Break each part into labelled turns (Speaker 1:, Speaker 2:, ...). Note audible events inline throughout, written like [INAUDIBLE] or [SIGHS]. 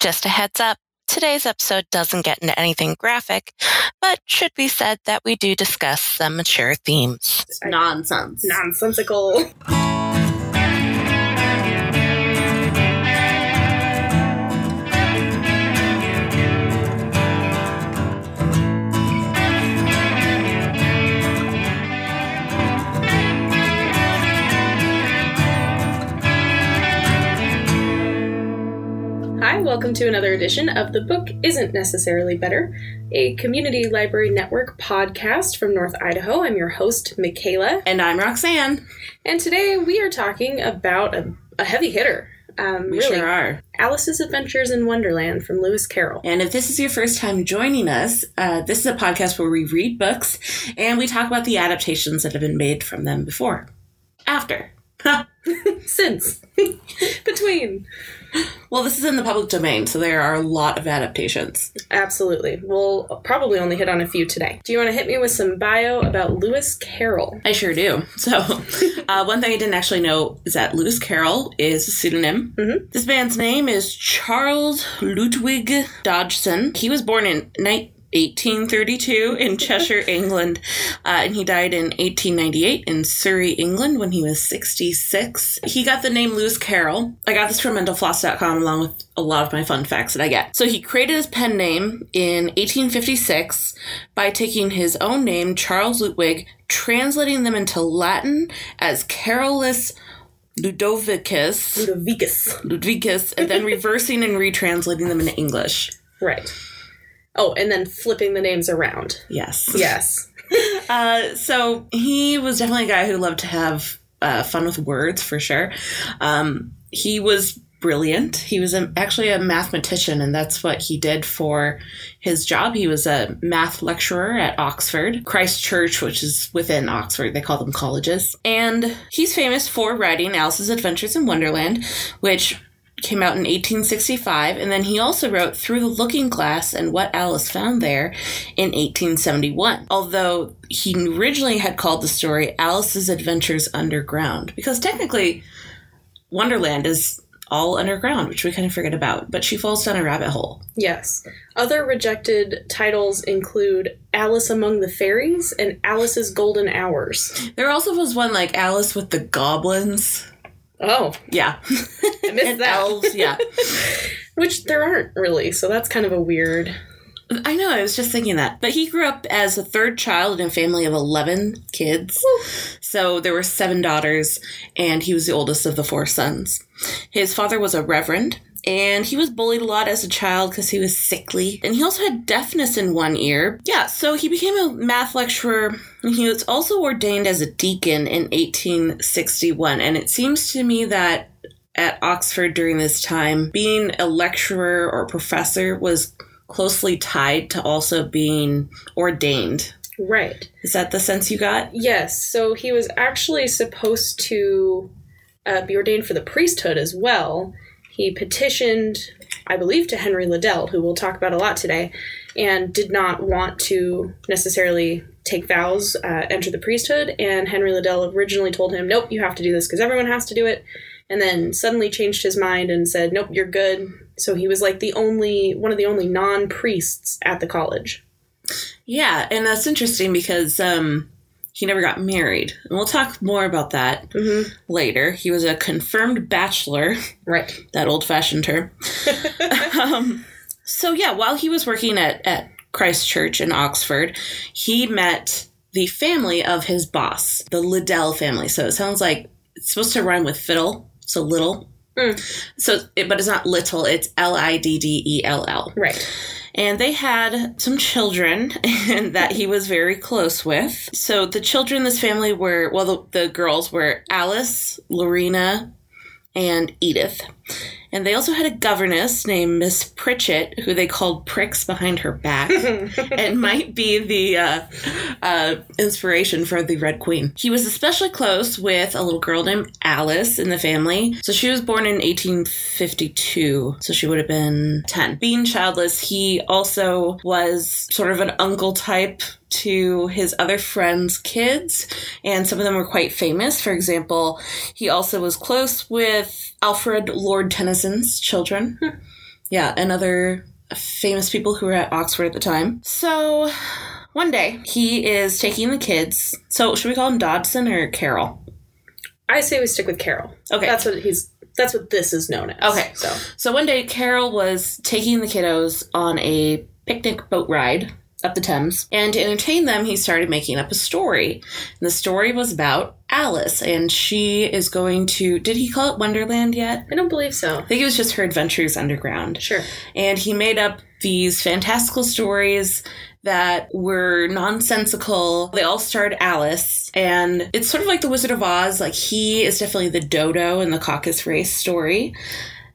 Speaker 1: Just a heads up, today's episode doesn't get into anything graphic, but should be said that we do discuss some mature themes.
Speaker 2: Nonsense.
Speaker 3: Nonsensical. Hi, welcome to another edition of The Book Isn't Necessarily Better, a community library network podcast from North Idaho. I'm your host, Michaela,
Speaker 2: And I'm Roxanne.
Speaker 3: and today we are talking about a, a heavy hitter. Um,
Speaker 2: We
Speaker 3: really,
Speaker 2: sure are.
Speaker 3: Alice's Adventures in Wonderland from Lewis Carroll.
Speaker 2: And if this is your first time joining us, uh, this is a podcast where we read books and we talk about the adaptations that have been made from them before, after. [LAUGHS]
Speaker 3: Since, [LAUGHS] between,
Speaker 2: Well, this is in the public domain, so there are a lot of adaptations.
Speaker 3: absolutely. We'll probably only hit on a few today. Do you want to hit me with some bio about Lewis Carroll?
Speaker 2: I sure do. [LAUGHS] So, uh, one thing I didn't actually know is that Lewis Carroll is a pseudonym.
Speaker 3: Mhm.
Speaker 2: This man's name is Charles Ludwig Dodgson. He was born in ni- 1832 in [LAUGHS] Cheshire, England, uh, and he died in 1898 in Surrey, England, when he was 66. He got the name Lewis Carroll. I got this from mentalfloss.com along with a lot of my fun facts that I get. So, he created his pen name in 1856 by taking his own name, Charles Ludwig, translating them into Latin as Carolus Ludovicus,
Speaker 3: Ludovicus.
Speaker 2: Ludwicus, and then reversing and retranslating them into English.
Speaker 3: Right. Oh, and then flipping the names around.
Speaker 2: Yes.
Speaker 3: Yes.
Speaker 2: Uh, so he was definitely a guy who loved to have uh, fun with words for sure. Um, he was brilliant. He was a, actually a mathematician, and that's what he did for his job. He was a math lecturer at Oxford, Christ Church, which is within Oxford. They call them colleges. And he's famous for writing Alice's Adventures in Wonderland, which came out in 1865 and then he also wrote through the looking glass and what alice found there in 1871 although he originally had called the story alice's adventures underground because technically wonderland is all underground which we kind of forget about but she falls down a rabbit hole
Speaker 3: Yes. Other rejected titles include Alice Among the Fairies and Alice's Golden Hours.
Speaker 2: there also was one like alice with the goblins
Speaker 3: Oh,
Speaker 2: yeah
Speaker 3: I missed
Speaker 2: and
Speaker 3: that.
Speaker 2: elves yeah
Speaker 3: Which there aren't really, so that's kind of a weird.
Speaker 2: I know, I was just thinking that. But he grew up as the third child in a family of 11 kids. So there were seven daughters, and he was the oldest of the four sons. His father was a reverend, and he was bullied a lot as a child because he was sickly. And he also had deafness in one ear. Yeah, so he became a math lecturer, and he was also ordained as a deacon in 1861. And it seems to me that at Oxford during this time, being a lecturer or professor was closely tied to also being ordained.
Speaker 3: Right.
Speaker 2: Is that the sense you got?
Speaker 3: Yes, so he was actually supposed to uh, be ordained for the priesthood as well. He petitioned, I believe, to Henry Liddell, who we'll talk about a lot today, and did not want to necessarily take vows, uh, enter the priesthood. And Henry Liddell originally told him, nope, you have to do this because everyone has to do it. And then suddenly changed his mind and said, nope, you're good. So he was like the only, one of the only non priests at the college.
Speaker 2: Yeah, and that's interesting because um, he never got married. And we'll talk more about that
Speaker 3: Mm-hmm.
Speaker 2: later. He was a confirmed bachelor,
Speaker 3: Right.
Speaker 2: that old fashioned term. um, so, yeah, while he was working at, at Christ Church in Oxford, he met the family of his boss, the Liddell family. So it sounds like it's supposed to rhyme with fiddle, so little.
Speaker 3: Mm.
Speaker 2: So, it, but it's not little; it's L I D D E L L
Speaker 3: [LAUGHS] Right.
Speaker 2: and they had some children [LAUGHS] and that he was very close with. So the children in this family were well, the, the girls were Alice, Lorena, and Edith. And they also had a governess named Miss Pritchett, who they called pricks behind her back, and might be the uh, uh, inspiration for the Red Queen. He was especially close with a little girl named Alice in the family. So she was born in 1852, so she would have been 10. Being childless, he also was sort of an uncle type to his other friends' kids, and some of them were quite famous. For example, he also was close with Alfred Lord Tennyson's children. yeah, and other famous people who were at Oxford at the time. So one day he is taking the kids. So should we call him Dodson or Carol?
Speaker 3: I say we stick with Carol.
Speaker 2: Okay.
Speaker 3: That's what he's. That's what this is known as.
Speaker 2: Okay.
Speaker 3: So
Speaker 2: So one day, Carol was taking the kiddos on a picnic boat ride up the Thames, and to entertain them, he started making up a story. And the story was about Alice, and she is going to. Did he call it Wonderland yet?
Speaker 3: I don't believe so.
Speaker 2: I think it was just her adventures underground
Speaker 3: Sure.
Speaker 2: and he made up these fantastical stories that were nonsensical. They all starred Alice, and it's sort of like The Wizard of Oz. Like, he is definitely the dodo in the caucus race story.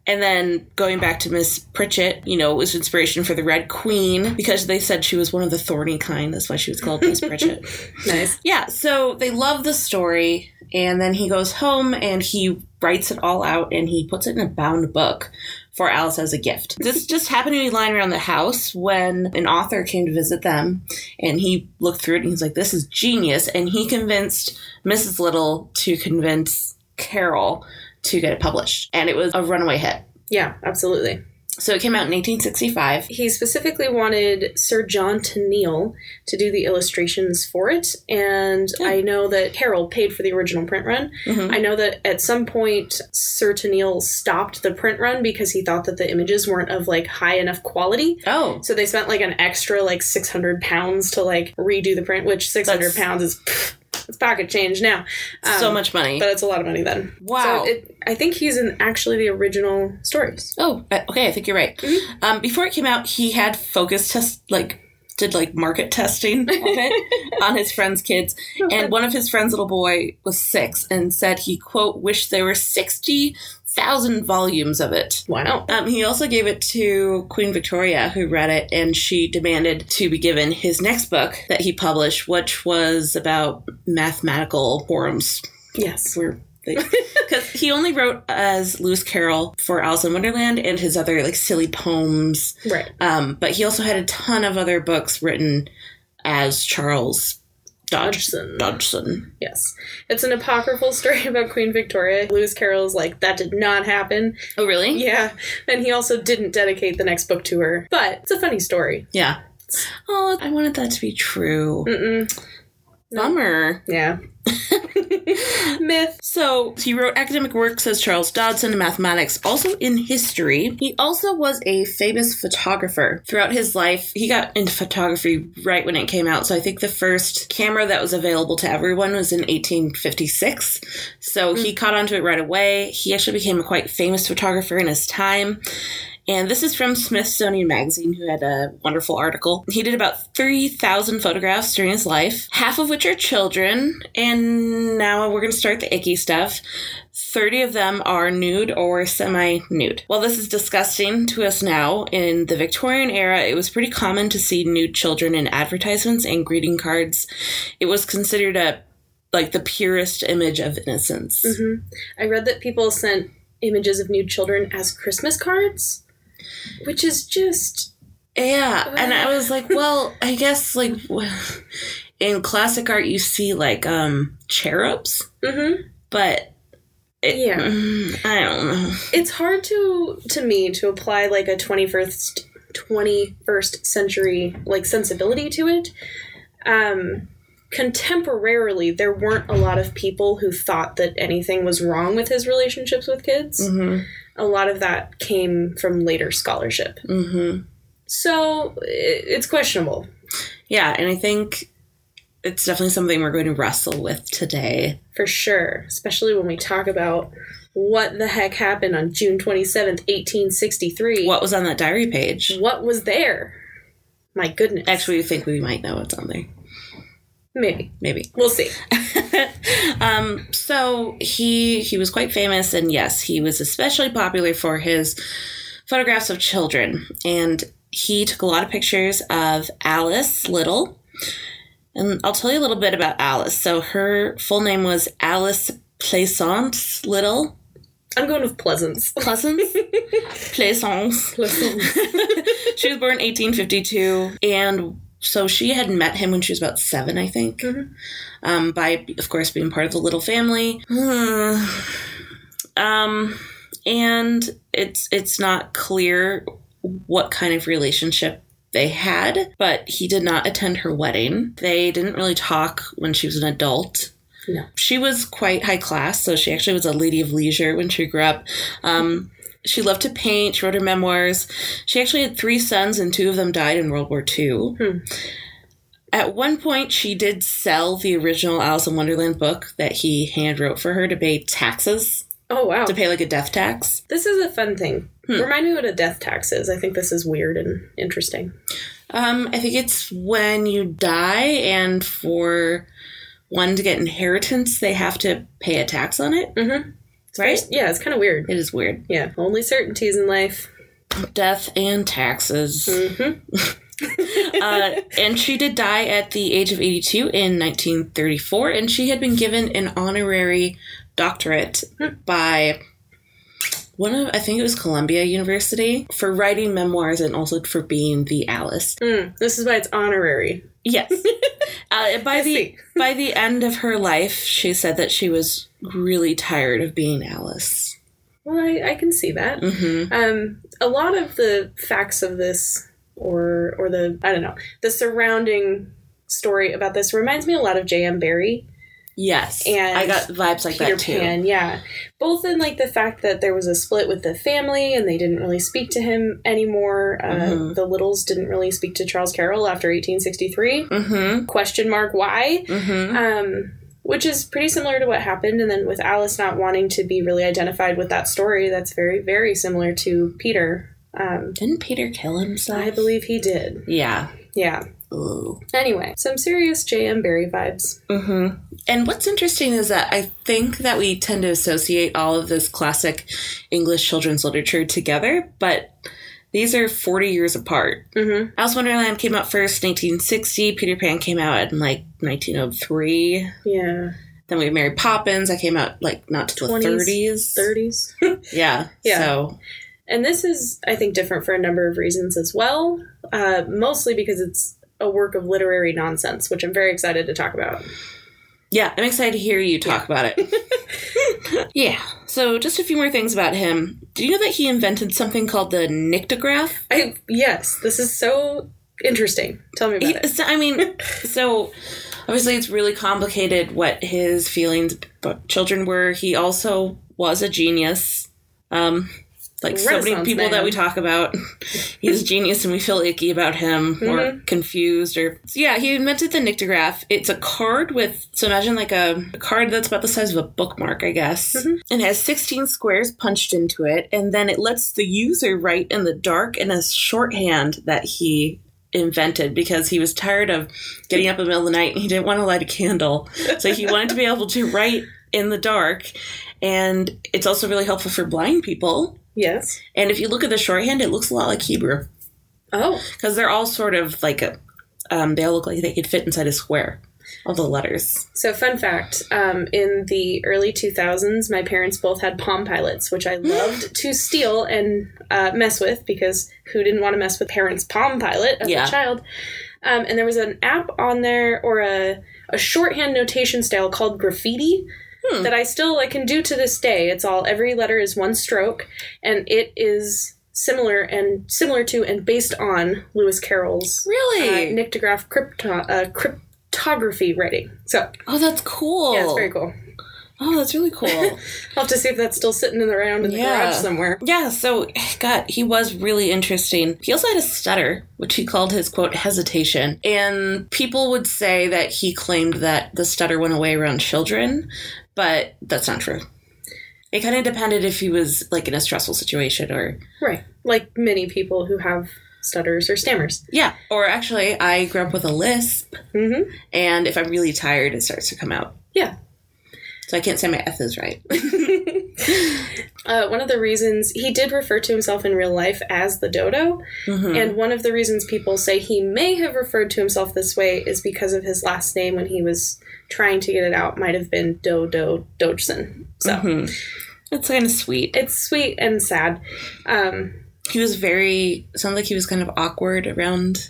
Speaker 2: And then going back to Miss Pritchett, you know, it was inspiration for the Red Queen because they said she was one of the thorny kind. That's why she was called Miss Pritchett.
Speaker 3: Nice.
Speaker 2: Yeah, so they love the story, and then he goes home and he writes it all out and he puts it in a bound book for Alice as a gift. This just happened to be lying around the house when an author came to visit them, and he looked through it and he's like, This is genius. And he convinced Mrs. Little to convince Carol to get it published, and it was a runaway hit.
Speaker 3: Yeah. Absolutely.
Speaker 2: So it came out in 1865.
Speaker 3: He specifically wanted Sir John Tenniel to do the illustrations for it, and I know that Carol paid for the original print run.
Speaker 2: Mhm.
Speaker 3: I know that at some point Sir Tenniel stopped the print run because he thought that the images weren't of like high enough quality.
Speaker 2: Oh,
Speaker 3: So they spent like an extra like six hundred pounds to like redo the print, which six hundred
Speaker 2: That's-
Speaker 3: pounds is pff, it's pocket change now. Um,
Speaker 2: so much money.
Speaker 3: but it's a lot of money then.
Speaker 2: Wow.
Speaker 3: So it, I think he's in actually the original stories.
Speaker 2: Oh, uh, okay. I think you're right. Um, before it came out, he had focus test, like did like market testing of it on his friends' kids, and one of his friends' little boy was six and said he quote wished there were sixty thousand volumes of it.
Speaker 3: Wow.
Speaker 2: Um, he also gave it to Queen Victoria, who read it, and she demanded to be given his next book that he published, which was about mathematical forms
Speaker 3: Yes.
Speaker 2: were [LAUGHS] because he only wrote as Lewis Carroll for Alice in Wonderland and his other like silly poems.
Speaker 3: Right.
Speaker 2: Um, but he also had a ton of other books written as Charles Dodge-
Speaker 3: Hodgson.
Speaker 2: Dodgson.
Speaker 3: Yes. It's an apocryphal [LAUGHS] story about Queen Victoria. Lewis Carroll's like, that did not happen. [LAUGHS]
Speaker 2: Oh, really? Yeah.
Speaker 3: Yeah. And he also didn't dedicate the next book to her. But it's a funny story.
Speaker 2: Oh, I wanted that to be true.
Speaker 3: Mm-mm.
Speaker 2: Bummer. [LAUGHS]
Speaker 3: Yeah. Myth.
Speaker 2: So he wrote academic works as Charles Dodson in mathematics, also in history. He also was a famous photographer throughout his life. He got into photography right when it came out, so I think the first camera that was available to everyone was in 1856. So he caught onto it right away. He actually became a quite famous photographer in his time. And this is from Smithsonian Magazine, who had a wonderful article. He did about 3,000 photographs during his life, half of which are children. And now we're going to start the icky stuff. 30 of them are nude or semi nude. While this is disgusting to us now, in the Victorian era, it was pretty common to see nude children in advertisements and greeting cards. It was considered a like the purest image of innocence.
Speaker 3: hmm I read that people sent images of nude children as Christmas cards, which is just
Speaker 2: Yeah, and I was like, well, I guess like [LAUGHS] in classic art you see like um cherubs,
Speaker 3: mhm.
Speaker 2: but it,
Speaker 3: Yeah.
Speaker 2: mm, I don't know.
Speaker 3: it's hard to to me to apply like a 21st 21st century like sensibility to it. Um contemporarily there weren't a lot of people who thought that anything was wrong with his relationships with kids.
Speaker 2: Mm-hmm.
Speaker 3: A lot of that came from later scholarship.
Speaker 2: Mm-hmm.
Speaker 3: So i- it's questionable.
Speaker 2: Yeah, and I think it's definitely something we're going to wrestle with today.
Speaker 3: For sure, especially when we talk about what the heck happened on June 27th, 1863.
Speaker 2: What was on that diary page?
Speaker 3: What was there? My goodness.
Speaker 2: Actually, we think we might know what's on there.
Speaker 3: maybe.
Speaker 2: Maybe.
Speaker 3: We'll see.
Speaker 2: um, so he he was quite famous, and yes, he was especially popular for his photographs of children. And he took a lot of pictures of Alice Little. And I'll tell you a little bit about Alice. So her full name was Alice Plaisance Little.
Speaker 3: I'm going with Pleasance.
Speaker 2: Pleasance? Plaisance. [LAUGHS] she was born 1852 and so she had met him when she was about seven i think
Speaker 3: Mhm.
Speaker 2: um, by of course being part of the little family [SIGHS] um, and it's it's not clear what kind of relationship they had, but he did not attend her wedding. They didn't really talk when she was an adult.
Speaker 3: No.
Speaker 2: She was quite high class, so she actually was a lady of leisure when she grew up. Um, she loved to paint, she wrote her memoirs. She actually had three sons, and two of them died in World War II.
Speaker 3: Hmm.
Speaker 2: At one point, she did sell the original Alice in Wonderland book that he hand wrote for her to pay taxes,
Speaker 3: Oh wow.
Speaker 2: to pay like a death tax.
Speaker 3: This is a fun thing.
Speaker 2: Hmm.
Speaker 3: Remind me what a death tax is. I think this is weird and interesting.
Speaker 2: Um, I think it's when you die, and for one to get inheritance, they have to pay a tax on it.
Speaker 3: Mm-hmm.
Speaker 2: Right?
Speaker 3: Yeah, it's kind of weird.
Speaker 2: It is weird.
Speaker 3: Yeah, only certainties in life.
Speaker 2: Death and taxes.
Speaker 3: Mm-hmm.
Speaker 2: [LAUGHS] uh, and she did die at the age of 82 in 1934, and she had been given an honorary doctorate
Speaker 3: Hmm.
Speaker 2: by one of, I think it was Columbia University, for writing memoirs and also for being the Alice.
Speaker 3: Hmm. This is why it's honorary. [LAUGHS]
Speaker 2: Yes. uh, and by
Speaker 3: I
Speaker 2: the
Speaker 3: see.
Speaker 2: by the end of her life, she said that she was really tired of being Alice.
Speaker 3: Well, I, I can see that.
Speaker 2: hmm
Speaker 3: Um, a lot of the facts of this, or or the I don't know, the surrounding story about this reminds me a lot of J.M. Barrie.
Speaker 2: Yes,
Speaker 3: And
Speaker 2: I got vibes like
Speaker 3: Peter
Speaker 2: that too.
Speaker 3: Pan, yeah. Both in like the fact that there was a split with the family and they didn't really speak to him anymore. Uh,
Speaker 2: Mhm.
Speaker 3: The Littles didn't really speak to Charles Carroll after 1863.
Speaker 2: Mm-hmm.
Speaker 3: Question mark why?
Speaker 2: Mm-hmm.
Speaker 3: Um, which is pretty similar to what happened. And then with Alice not wanting to be really identified with that story, that's very very similar to Peter. Um,
Speaker 2: Didn't Peter kill himself?
Speaker 3: I believe he did.
Speaker 2: Yeah.
Speaker 3: Yeah.
Speaker 2: Ooh.
Speaker 3: Anyway, some serious J.M. Barrie vibes.
Speaker 2: hmm
Speaker 3: Mm-hmm.
Speaker 2: And what's interesting is that I think that we tend to associate all of this classic English children's literature together, but these are 40 years apart.
Speaker 3: Mm-hmm.
Speaker 2: Alice in Wonderland came out first in 1860. Peter Pan came out in like 1903.
Speaker 3: Yeah.
Speaker 2: Then we had Mary Poppins. That came out like not till
Speaker 3: 20s,
Speaker 2: 30s.
Speaker 3: 30s.
Speaker 2: Yeah.
Speaker 3: Yeah.
Speaker 2: So
Speaker 3: And this is, I think, different for a number of reasons as well, uh, mostly because it's a work of literary nonsense, which I'm very excited to talk about.
Speaker 2: yeah, I'm excited to hear you talk about it.
Speaker 3: [LAUGHS]
Speaker 2: yeah. So just a few more things about him. Do you know that he invented something called the nictograph?
Speaker 3: I yes, this is so interesting. E- Tell me about
Speaker 2: He,
Speaker 3: it.
Speaker 2: so, I
Speaker 3: [LAUGHS]
Speaker 2: mean, so obviously it's really complicated what his feelings about children were. He also was a genius. Um, like so many
Speaker 3: Renaissance
Speaker 2: people that
Speaker 3: man.
Speaker 2: we talk about, he's a genius and we feel icky about him or confused or so yeah. He invented the nictograph. It's a card with so imagine like a, a card that's about the size of a bookmark, I guess, and has sixteen squares punched into it, and then it lets the user write in the dark in a shorthand that he invented because he was tired of getting up in the middle of the night and he didn't want to light a candle. So he wanted to be able to write in the dark. And it's also really helpful for blind people.
Speaker 3: Yes.
Speaker 2: And if you look at the shorthand, it looks a lot like Hebrew
Speaker 3: Oh,
Speaker 2: because they're all sort of like a, um, they all look like they could fit inside a square. All the letters.
Speaker 3: so fun fact: um, in the early 2000s, my parents both had Palm
Speaker 2: [GASPS]
Speaker 3: Pilots, which I loved to steal and uh, mess with because who didn't want to mess with parents' Palm Pilot as
Speaker 2: Yeah.
Speaker 3: a child? Um, and there was an app on there or a, a shorthand notation style called graffiti
Speaker 2: Hmm.
Speaker 3: that I still I can do to this day. It's all every letter is one stroke, and it is similar and similar to and based on Lewis Carroll's uh,
Speaker 2: Really?
Speaker 3: nictograph crypto, uh, cryptography writing. So
Speaker 2: oh, that's cool.
Speaker 3: yeah, it's very cool.
Speaker 2: Oh, that's really cool.
Speaker 3: I'll have to see if that's still sitting in the round in the
Speaker 2: Yeah.
Speaker 3: garage somewhere.
Speaker 2: [LAUGHS] yeah, so, God, he was really interesting. He also had a stutter, which he called his quote hesitation. And people would say that he claimed that the stutter went away around children, but that's not true. It kind of depended if he was like in a stressful situation or,
Speaker 3: Right, like many people who have stutters or stammers.
Speaker 2: yeah. Or actually, I grew up with a lisp,
Speaker 3: hmm
Speaker 2: and if I'm really tired, it starts to come out.
Speaker 3: Yeah.
Speaker 2: So I can't say my F is right.
Speaker 3: Uh, one of the reasons he did refer to himself in real life as the dodo,
Speaker 2: [LAUGHS] Mhm.
Speaker 3: and one of the reasons people say he may have referred to himself this way is because of his last name when he was trying to get it out might have been Dodo Dogeson. So
Speaker 2: Mhm. That's kind of sweet.
Speaker 3: it's sweet and sad. Um,
Speaker 2: he was very sounds like he was kind of awkward around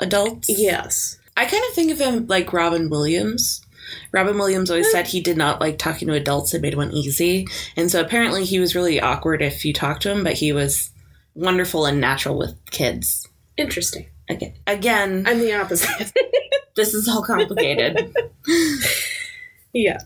Speaker 2: adults.
Speaker 3: yes,
Speaker 2: I kind of think of him like Robin Williams. Robin Williams always said he did not like talking to adults; it made one easy. And so apparently, he was really awkward if you talked to him, but he was wonderful and natural with kids.
Speaker 3: Interesting.
Speaker 2: Again, again
Speaker 3: I'm the opposite.
Speaker 2: this is all complicated.
Speaker 3: yeah.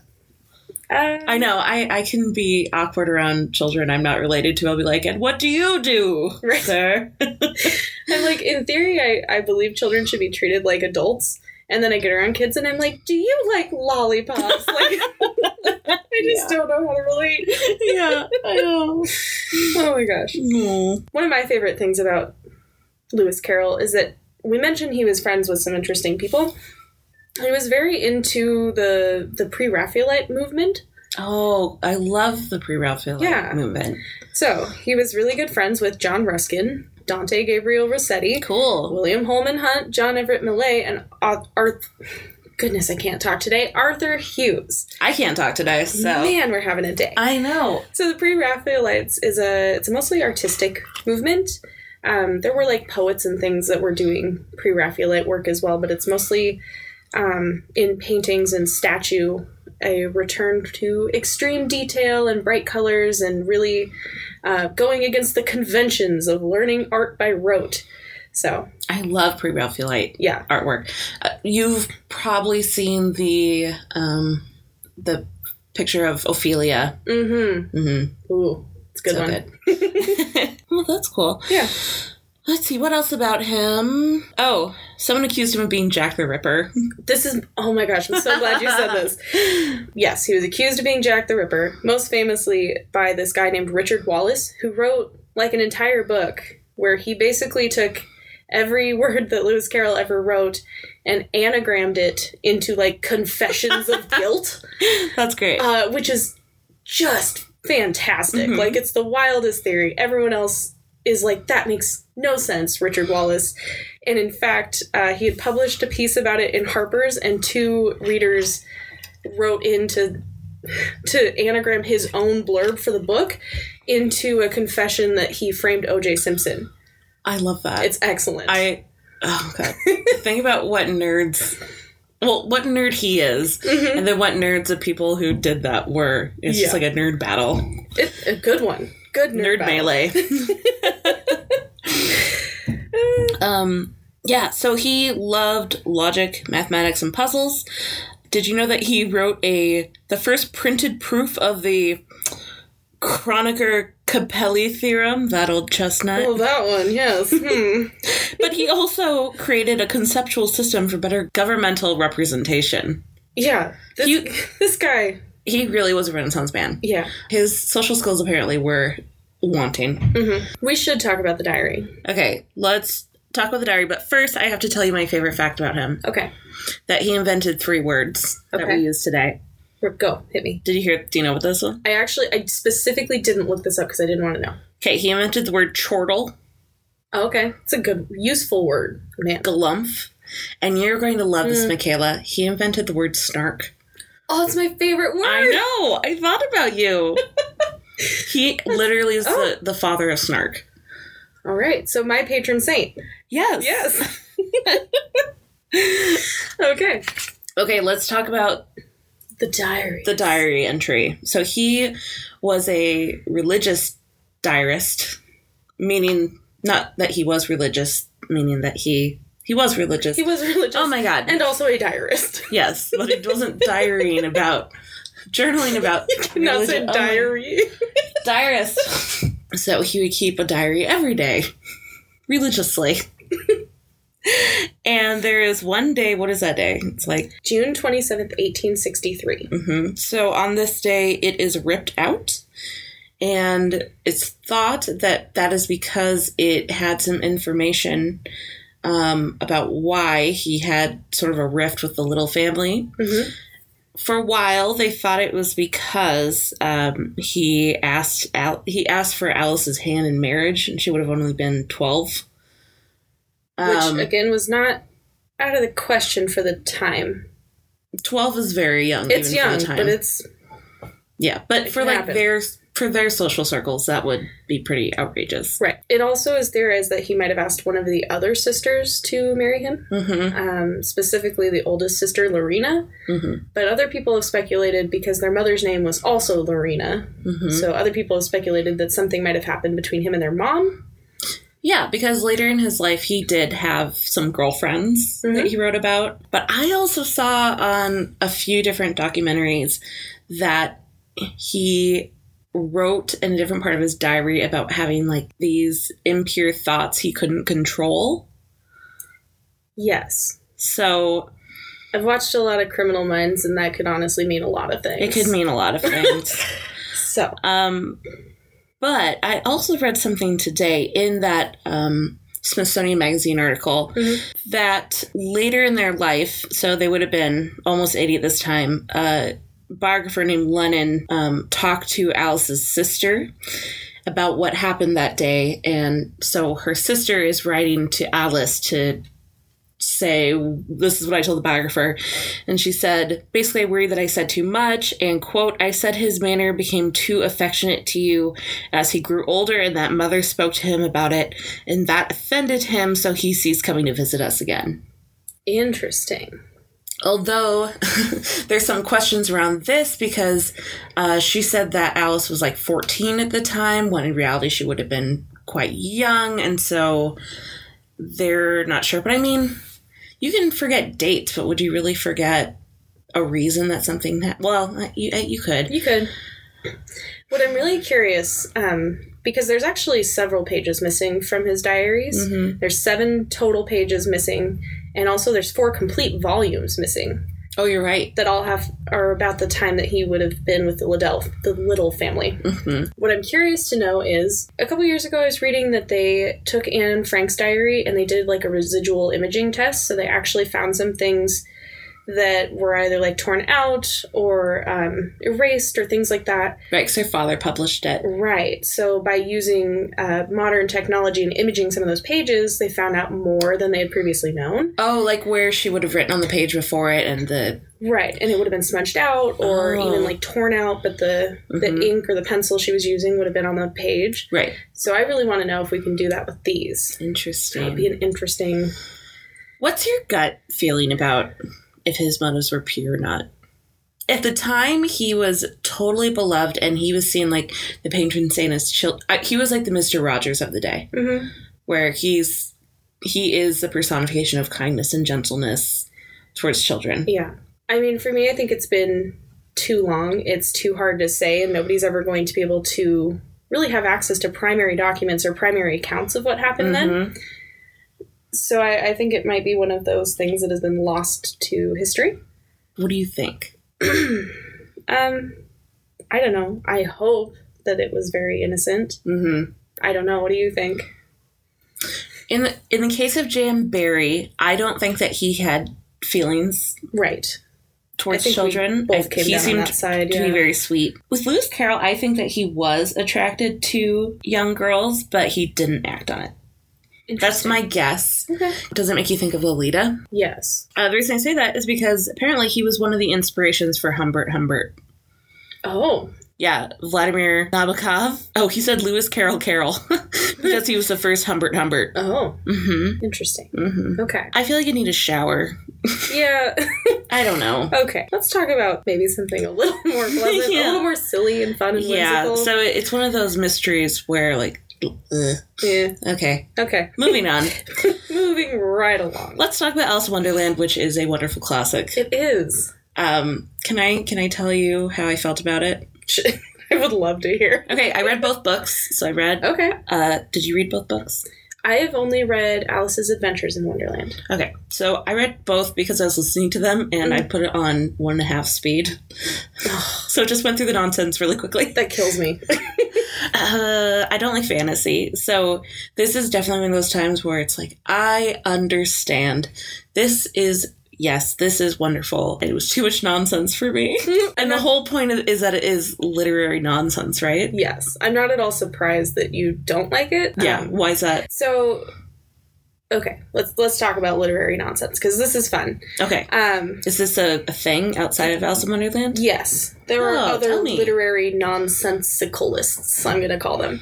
Speaker 3: Uh,
Speaker 2: [LAUGHS] I know. I, I can be awkward around children I'm not related to. I'll be like, and what do you do,
Speaker 3: Right.
Speaker 2: sir?
Speaker 3: And like in theory, I, I believe children should be treated like adults. And then I get around kids and I'm like, do you like lollipops? [LAUGHS] Like I just don't know how to relate.
Speaker 2: yeah, I know.
Speaker 3: Oh my gosh.
Speaker 2: Mm.
Speaker 3: One of my favorite things about Lewis Carroll is that we mentioned he was friends with some interesting people. He was very into the the pre-Raphaelite movement.
Speaker 2: [LAUGHS] Oh, I love the pre-Raphaelite
Speaker 3: Yeah.
Speaker 2: movement.
Speaker 3: So he was really good friends with John Ruskin, Dante Gabriel Rossetti,
Speaker 2: Cool.
Speaker 3: William Holman Hunt, John Everett Millay, and Arthur. Goodness, I can't talk today. Arthur Hughes.
Speaker 2: I can't talk today, so
Speaker 3: Man, we're having a day.
Speaker 2: I know.
Speaker 3: So the Pre-Raphaelites is a it's a mostly artistic movement. Um, there were like poets and things that were doing pre-Raphaelite work as well, but it's mostly um, in paintings and statue. A return to extreme detail and bright colors, and really uh, going against the conventions of learning art by rote. So
Speaker 2: I love pre-Raphaelite
Speaker 3: yeah,
Speaker 2: artwork. Uh, you've probably seen the um, the picture of Ophelia.
Speaker 3: mm-hmm.
Speaker 2: Mm-hmm.
Speaker 3: Ooh, it's a good
Speaker 2: So
Speaker 3: one.
Speaker 2: good. well, that's cool.
Speaker 3: Yeah.
Speaker 2: Let's see what else about him. Oh, someone accused him of being Jack the Ripper.
Speaker 3: This is oh my gosh, I'm so glad you said this. Yes, he was accused of being Jack the Ripper, most famously by this guy named Richard Wallace, who wrote like an entire book where he basically took every [LAUGHS] word that Lewis Carroll ever wrote and anagrammed it into like confessions of guilt,
Speaker 2: That's great.
Speaker 3: uh, which is just fantastic.
Speaker 2: Mhm.
Speaker 3: Like it's the wildest theory. Everyone else is like that makes no sense, Richard Wallace. And in fact, uh, he had published a piece about it in Harper's, and two readers wrote in to to anagram his own blurb for the book into a confession that he framed O.J. Simpson.
Speaker 2: I love that.
Speaker 3: It's excellent.
Speaker 2: I oh god. Think about what nerds well, what nerd he is,
Speaker 3: Mhm.
Speaker 2: and then what nerds the people who did that were. It's just
Speaker 3: Yeah.
Speaker 2: like a nerd battle,
Speaker 3: It's a good one. Good
Speaker 2: nerd,
Speaker 3: nerd, battle.
Speaker 2: melee. um, yeah. So he loved logic, mathematics, and puzzles. Did you know that he wrote a the first printed proof of the Kronecker Capelli theorem, that old chestnut?
Speaker 3: Well, Oh, that one, yes. Hmm. [LAUGHS]
Speaker 2: but he also created a conceptual system for better governmental representation.
Speaker 3: Yeah, this,
Speaker 2: You-
Speaker 3: [LAUGHS] this guy.
Speaker 2: He really was a Renaissance man.
Speaker 3: Yeah,
Speaker 2: His social skills apparently were wanting.
Speaker 3: we should talk about the diary.
Speaker 2: Okay, let's talk about the diary, but first I have to tell you my favorite fact about him
Speaker 3: Okay,
Speaker 2: that he invented three words that
Speaker 3: Okay.
Speaker 2: we use today.
Speaker 3: Rip, go hit me.
Speaker 2: Did you hear? Do you know what this one?
Speaker 3: I actually, I specifically didn't look this up because I didn't want to know.
Speaker 2: Okay, he invented the word chortle,
Speaker 3: Oh, okay, it's a good, useful word, man.
Speaker 2: glumph, and you're going to love
Speaker 3: Mm.
Speaker 2: this, Michaela. He invented the word snark.
Speaker 3: Oh, it's my favorite word.
Speaker 2: I know. I thought about
Speaker 3: [LAUGHS]
Speaker 2: you. he literally is
Speaker 3: Oh.
Speaker 2: the, the father of Snark.
Speaker 3: All right, so my patron saint.
Speaker 2: Yes.
Speaker 3: Yes. [LAUGHS] okay.
Speaker 2: Okay, let's talk about
Speaker 3: The diary.
Speaker 2: the diary entry. So he was a religious diarist, meaning not that he was religious, meaning that he he was religious.
Speaker 3: he was religious.
Speaker 2: oh my god.
Speaker 3: And also a diarist. [LAUGHS]
Speaker 2: yes, but it wasn't diarying about journaling
Speaker 3: [LAUGHS]
Speaker 2: about
Speaker 3: Not
Speaker 2: religion.
Speaker 3: said
Speaker 2: Oh my-
Speaker 3: diary.
Speaker 2: diarist. so he would keep a diary every day,
Speaker 3: [LAUGHS]
Speaker 2: religiously. and there is one day, what is that day? It's like,
Speaker 3: June twenty seventh, eighteen sixty three.
Speaker 2: mhm. so on this day, it is ripped out. And it's thought that that is because it had some information um, about why he had sort of a rift with the little family
Speaker 3: Mm-hmm.
Speaker 2: for a while they thought it was because um, he asked Al- he asked for Alice's hand in marriage and she would have only been 12 um,
Speaker 3: Which uh, again was not out of the question for the time.
Speaker 2: 12 is very young
Speaker 3: It's
Speaker 2: even
Speaker 3: young,
Speaker 2: for the time.
Speaker 3: but it's
Speaker 2: yeah but
Speaker 3: it
Speaker 2: for
Speaker 3: can
Speaker 2: like
Speaker 3: happen.
Speaker 2: their for their social circles that would be pretty outrageous
Speaker 3: right. It also is theorized that he might have asked one of the other sisters to marry him,
Speaker 2: mm-hmm,
Speaker 3: um, specifically the oldest sister, Lorena.
Speaker 2: mm-hmm,
Speaker 3: But other people have speculated because their mother's name was also Lorena.
Speaker 2: mm-hmm.
Speaker 3: So other people have speculated that something might have happened between him and their mom.
Speaker 2: Yeah, because later in his life, he did have some girlfriends that
Speaker 3: Mhm.
Speaker 2: he wrote about. But I also saw on a few different documentaries that he wrote in a different part of his diary about having like these impure thoughts he couldn't control.
Speaker 3: Yes.
Speaker 2: So
Speaker 3: I've watched a lot of Criminal Minds, and that could honestly mean a lot of things.
Speaker 2: it could mean a lot of things.
Speaker 3: So,
Speaker 2: Um, but I also read something today in that um, Smithsonian Magazine article
Speaker 3: Mhm.
Speaker 2: that later in their life, so they would have been almost 80 at this time, a biographer named Lennon um, talked to Alice's sister about what happened that day. And so her sister is writing to Alice to say, This is what I told the biographer. And she said, Basically, I worry that I said too much. And, quote, I said his manner became too affectionate to you as he grew older, and that mother spoke to him about it, and that offended him, so he ceased coming to visit us again.
Speaker 3: interesting.
Speaker 2: Although [LAUGHS] there's some questions around this because uh, she said that Alice was like 14 at the time, when in reality she would have been quite young, and so they're not sure. But I mean, you can forget dates, but would you really forget a reason that something that? Well, uh, you, uh, you could.
Speaker 3: You could. What I'm really curious, um, because there's actually several pages missing from his diaries.
Speaker 2: Mhm.
Speaker 3: There's seven total pages missing, and also there's four complete volumes missing
Speaker 2: Oh, you're right.
Speaker 3: that all have are about the time that he would have been with the Liddell, the Little family.
Speaker 2: hmm
Speaker 3: What I'm curious to know is, a couple years ago, I was reading that they took Anne Frank's diary and they did like a residual imaging test, so they actually found some things that were either like torn out or um, erased or things like that.
Speaker 2: Right, 'cause her father published it.
Speaker 3: Right. So by using uh, modern technology and imaging some of those pages, they found out more than they had previously known.
Speaker 2: Oh, like where she would have written on the page before it, and the
Speaker 3: Right. And it would have been smudged out or
Speaker 2: Oh.
Speaker 3: even like torn out, but the
Speaker 2: Mhm.
Speaker 3: the ink or the pencil she was using would have been on the page.
Speaker 2: right.
Speaker 3: So I really want to know if we can do that with these. That would be
Speaker 2: Interesting.
Speaker 3: an interesting.
Speaker 2: What's your gut feeling about if his motives were pure or not? At the time, he was totally beloved, and he was seen like the patron saint as child. He was like the Mister Rogers of the day,
Speaker 3: Mhm.
Speaker 2: where he's he is the personification of kindness and gentleness towards children.
Speaker 3: Yeah. I mean, for me, I think it's been too long. It's too hard to say, and nobody's ever going to be able to really have access to primary documents or primary accounts of what happened then.
Speaker 2: Mhm.
Speaker 3: So I, I think it might be one of those things that has been lost to history.
Speaker 2: What do you think?
Speaker 3: Um, I don't know. I hope that it was very innocent.
Speaker 2: Mm-hmm.
Speaker 3: I don't know. What do you think?
Speaker 2: In the in the case of Jan Barry, I don't think that he had feelings
Speaker 3: Right.
Speaker 2: towards
Speaker 3: I think we
Speaker 2: children.
Speaker 3: both
Speaker 2: I-
Speaker 3: came
Speaker 2: he
Speaker 3: down on
Speaker 2: seemed
Speaker 3: that side,
Speaker 2: to be
Speaker 3: yeah.
Speaker 2: very sweet. With Lewis Carroll, I think that he was attracted to young girls, but he didn't act on it. That's my guess.
Speaker 3: Okay.
Speaker 2: Does it make you think of Lolita?
Speaker 3: Yes.
Speaker 2: Uh, the reason I say that is because apparently he was one of the inspirations for Humbert Humbert.
Speaker 3: Oh,
Speaker 2: Yeah, Vladimir Nabokov. Oh, he said Lewis Carroll Carroll [LAUGHS] because he was the first Humbert Humbert.
Speaker 3: oh,
Speaker 2: Mm-hmm.
Speaker 3: interesting.
Speaker 2: Mm-hmm.
Speaker 3: Okay.
Speaker 2: I feel like I need a shower.
Speaker 3: Yeah. [LAUGHS]
Speaker 2: I don't know.
Speaker 3: okay. Let's talk about maybe something a little [LAUGHS] more
Speaker 2: [LAUGHS]
Speaker 3: pleasant,
Speaker 2: Yeah.
Speaker 3: a little more silly and fun and
Speaker 2: yeah
Speaker 3: whimsical.
Speaker 2: so it- it's one of those mysteries where like ugh.
Speaker 3: yeah.
Speaker 2: okay
Speaker 3: Okay.
Speaker 2: moving on
Speaker 3: Moving right along.
Speaker 2: let's talk about alice in wonderland which is a wonderful classic
Speaker 3: It is.
Speaker 2: um can i can i tell you how i felt about it
Speaker 3: I would love to hear.
Speaker 2: okay i read both books so i read
Speaker 3: Okay.
Speaker 2: uh did you read both books
Speaker 3: I have only read Alice's Adventures in Wonderland.
Speaker 2: okay so i read both because i was listening to them and i put it on one and a half speed so it just went through the nonsense really quickly
Speaker 3: That kills me.
Speaker 2: [LAUGHS] uh, I don't like fantasy. So this is definitely one of those times where it's like, I understand. This is, yes, this is wonderful. It was too much nonsense for me.
Speaker 3: [LAUGHS]
Speaker 2: and the whole point of- is that it is literary nonsense, right?
Speaker 3: Yes, I'm not at all surprised that you don't like it.
Speaker 2: Yeah.
Speaker 3: Um,
Speaker 2: Why is that?
Speaker 3: so, okay, let's let's talk about literary nonsense because this is fun.
Speaker 2: Okay.
Speaker 3: Um,
Speaker 2: Is this a, a thing outside of Alice in Wonderland?
Speaker 3: yes, there are
Speaker 2: Oh,
Speaker 3: other
Speaker 2: tell me.
Speaker 3: literary nonsensicalists. I'm going to call them.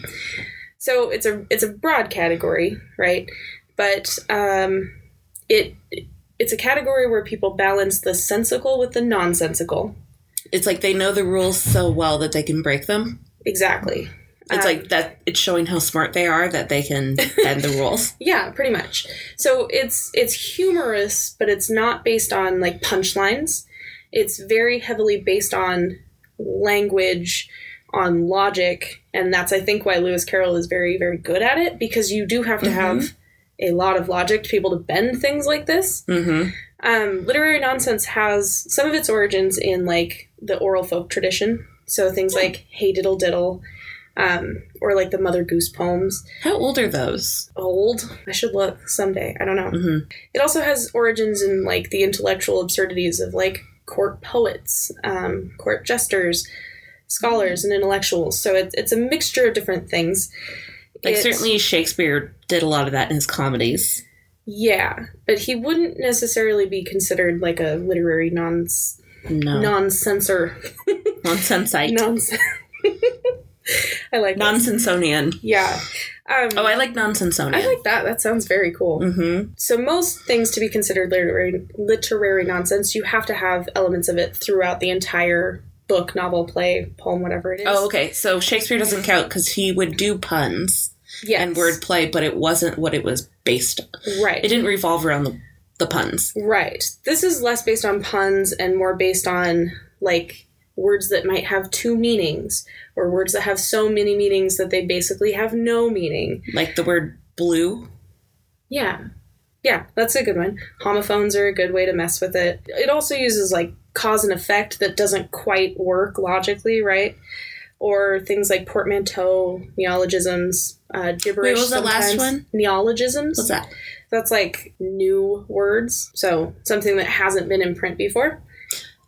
Speaker 3: So it's a it's a broad category, right? But um, it it's a category where people balance the sensical with the nonsensical.
Speaker 2: It's like they know the rules so well that they can break them.
Speaker 3: Exactly.
Speaker 2: It's
Speaker 3: Um,
Speaker 2: like that. It's showing how smart they are that they can bend the rules.
Speaker 3: Yeah, pretty much. So it's it's humorous, but it's not based on like punchlines. It's very heavily based on language, on logic, and that's I think why Lewis Carroll is very very good at it because you do have to have a lot of logic to be able to bend things like this.
Speaker 2: Mm-hmm.
Speaker 3: Um, literary nonsense has some of its origins in like the oral folk tradition, so things like "Hey Diddle Diddle," um, or like the Mother Goose poems
Speaker 2: How old are those?
Speaker 3: old. I should look someday. I don't know.
Speaker 2: Mhm.
Speaker 3: It also has origins in like the intellectual absurdities of like court poets, um, court jesters, scholars, and intellectuals. So it's it's a mixture of different things.
Speaker 2: Like
Speaker 3: It's-
Speaker 2: certainly Shakespeare did a lot of that in his comedies.
Speaker 3: yeah, but he wouldn't necessarily be considered like a literary non
Speaker 2: No,
Speaker 3: nonsensor
Speaker 2: nonsensite,
Speaker 3: nonsense. [LAUGHS] I like that.
Speaker 2: nonsensonian.
Speaker 3: Yeah. Um,
Speaker 2: Oh, I like nonsensonian.
Speaker 3: I like that. That sounds very cool.
Speaker 2: Mm-hmm.
Speaker 3: So most things to be considered literary literary nonsense, you have to have elements of it throughout the entire book, novel, play, poem, whatever it is.
Speaker 2: Oh, okay. So Shakespeare doesn't count because he would do puns
Speaker 3: yes,
Speaker 2: and wordplay, but it wasn't what it was based. on.
Speaker 3: right,
Speaker 2: It didn't revolve around the the puns.
Speaker 3: right. This is less based on puns and more based on like words that might have two meanings or words that have so many meanings that they basically have no meaning.
Speaker 2: Like the word blue.
Speaker 3: Yeah. Yeah, that's a good one. Homophones are a good way to mess with it. It also uses like cause and effect that doesn't quite work logically, right? Or things like portmanteau, neologisms, uh, gibberish.
Speaker 2: was the last
Speaker 3: sometimes.
Speaker 2: one?
Speaker 3: Neologisms.
Speaker 2: What's that?
Speaker 3: That's like new words. So something that hasn't been in print before.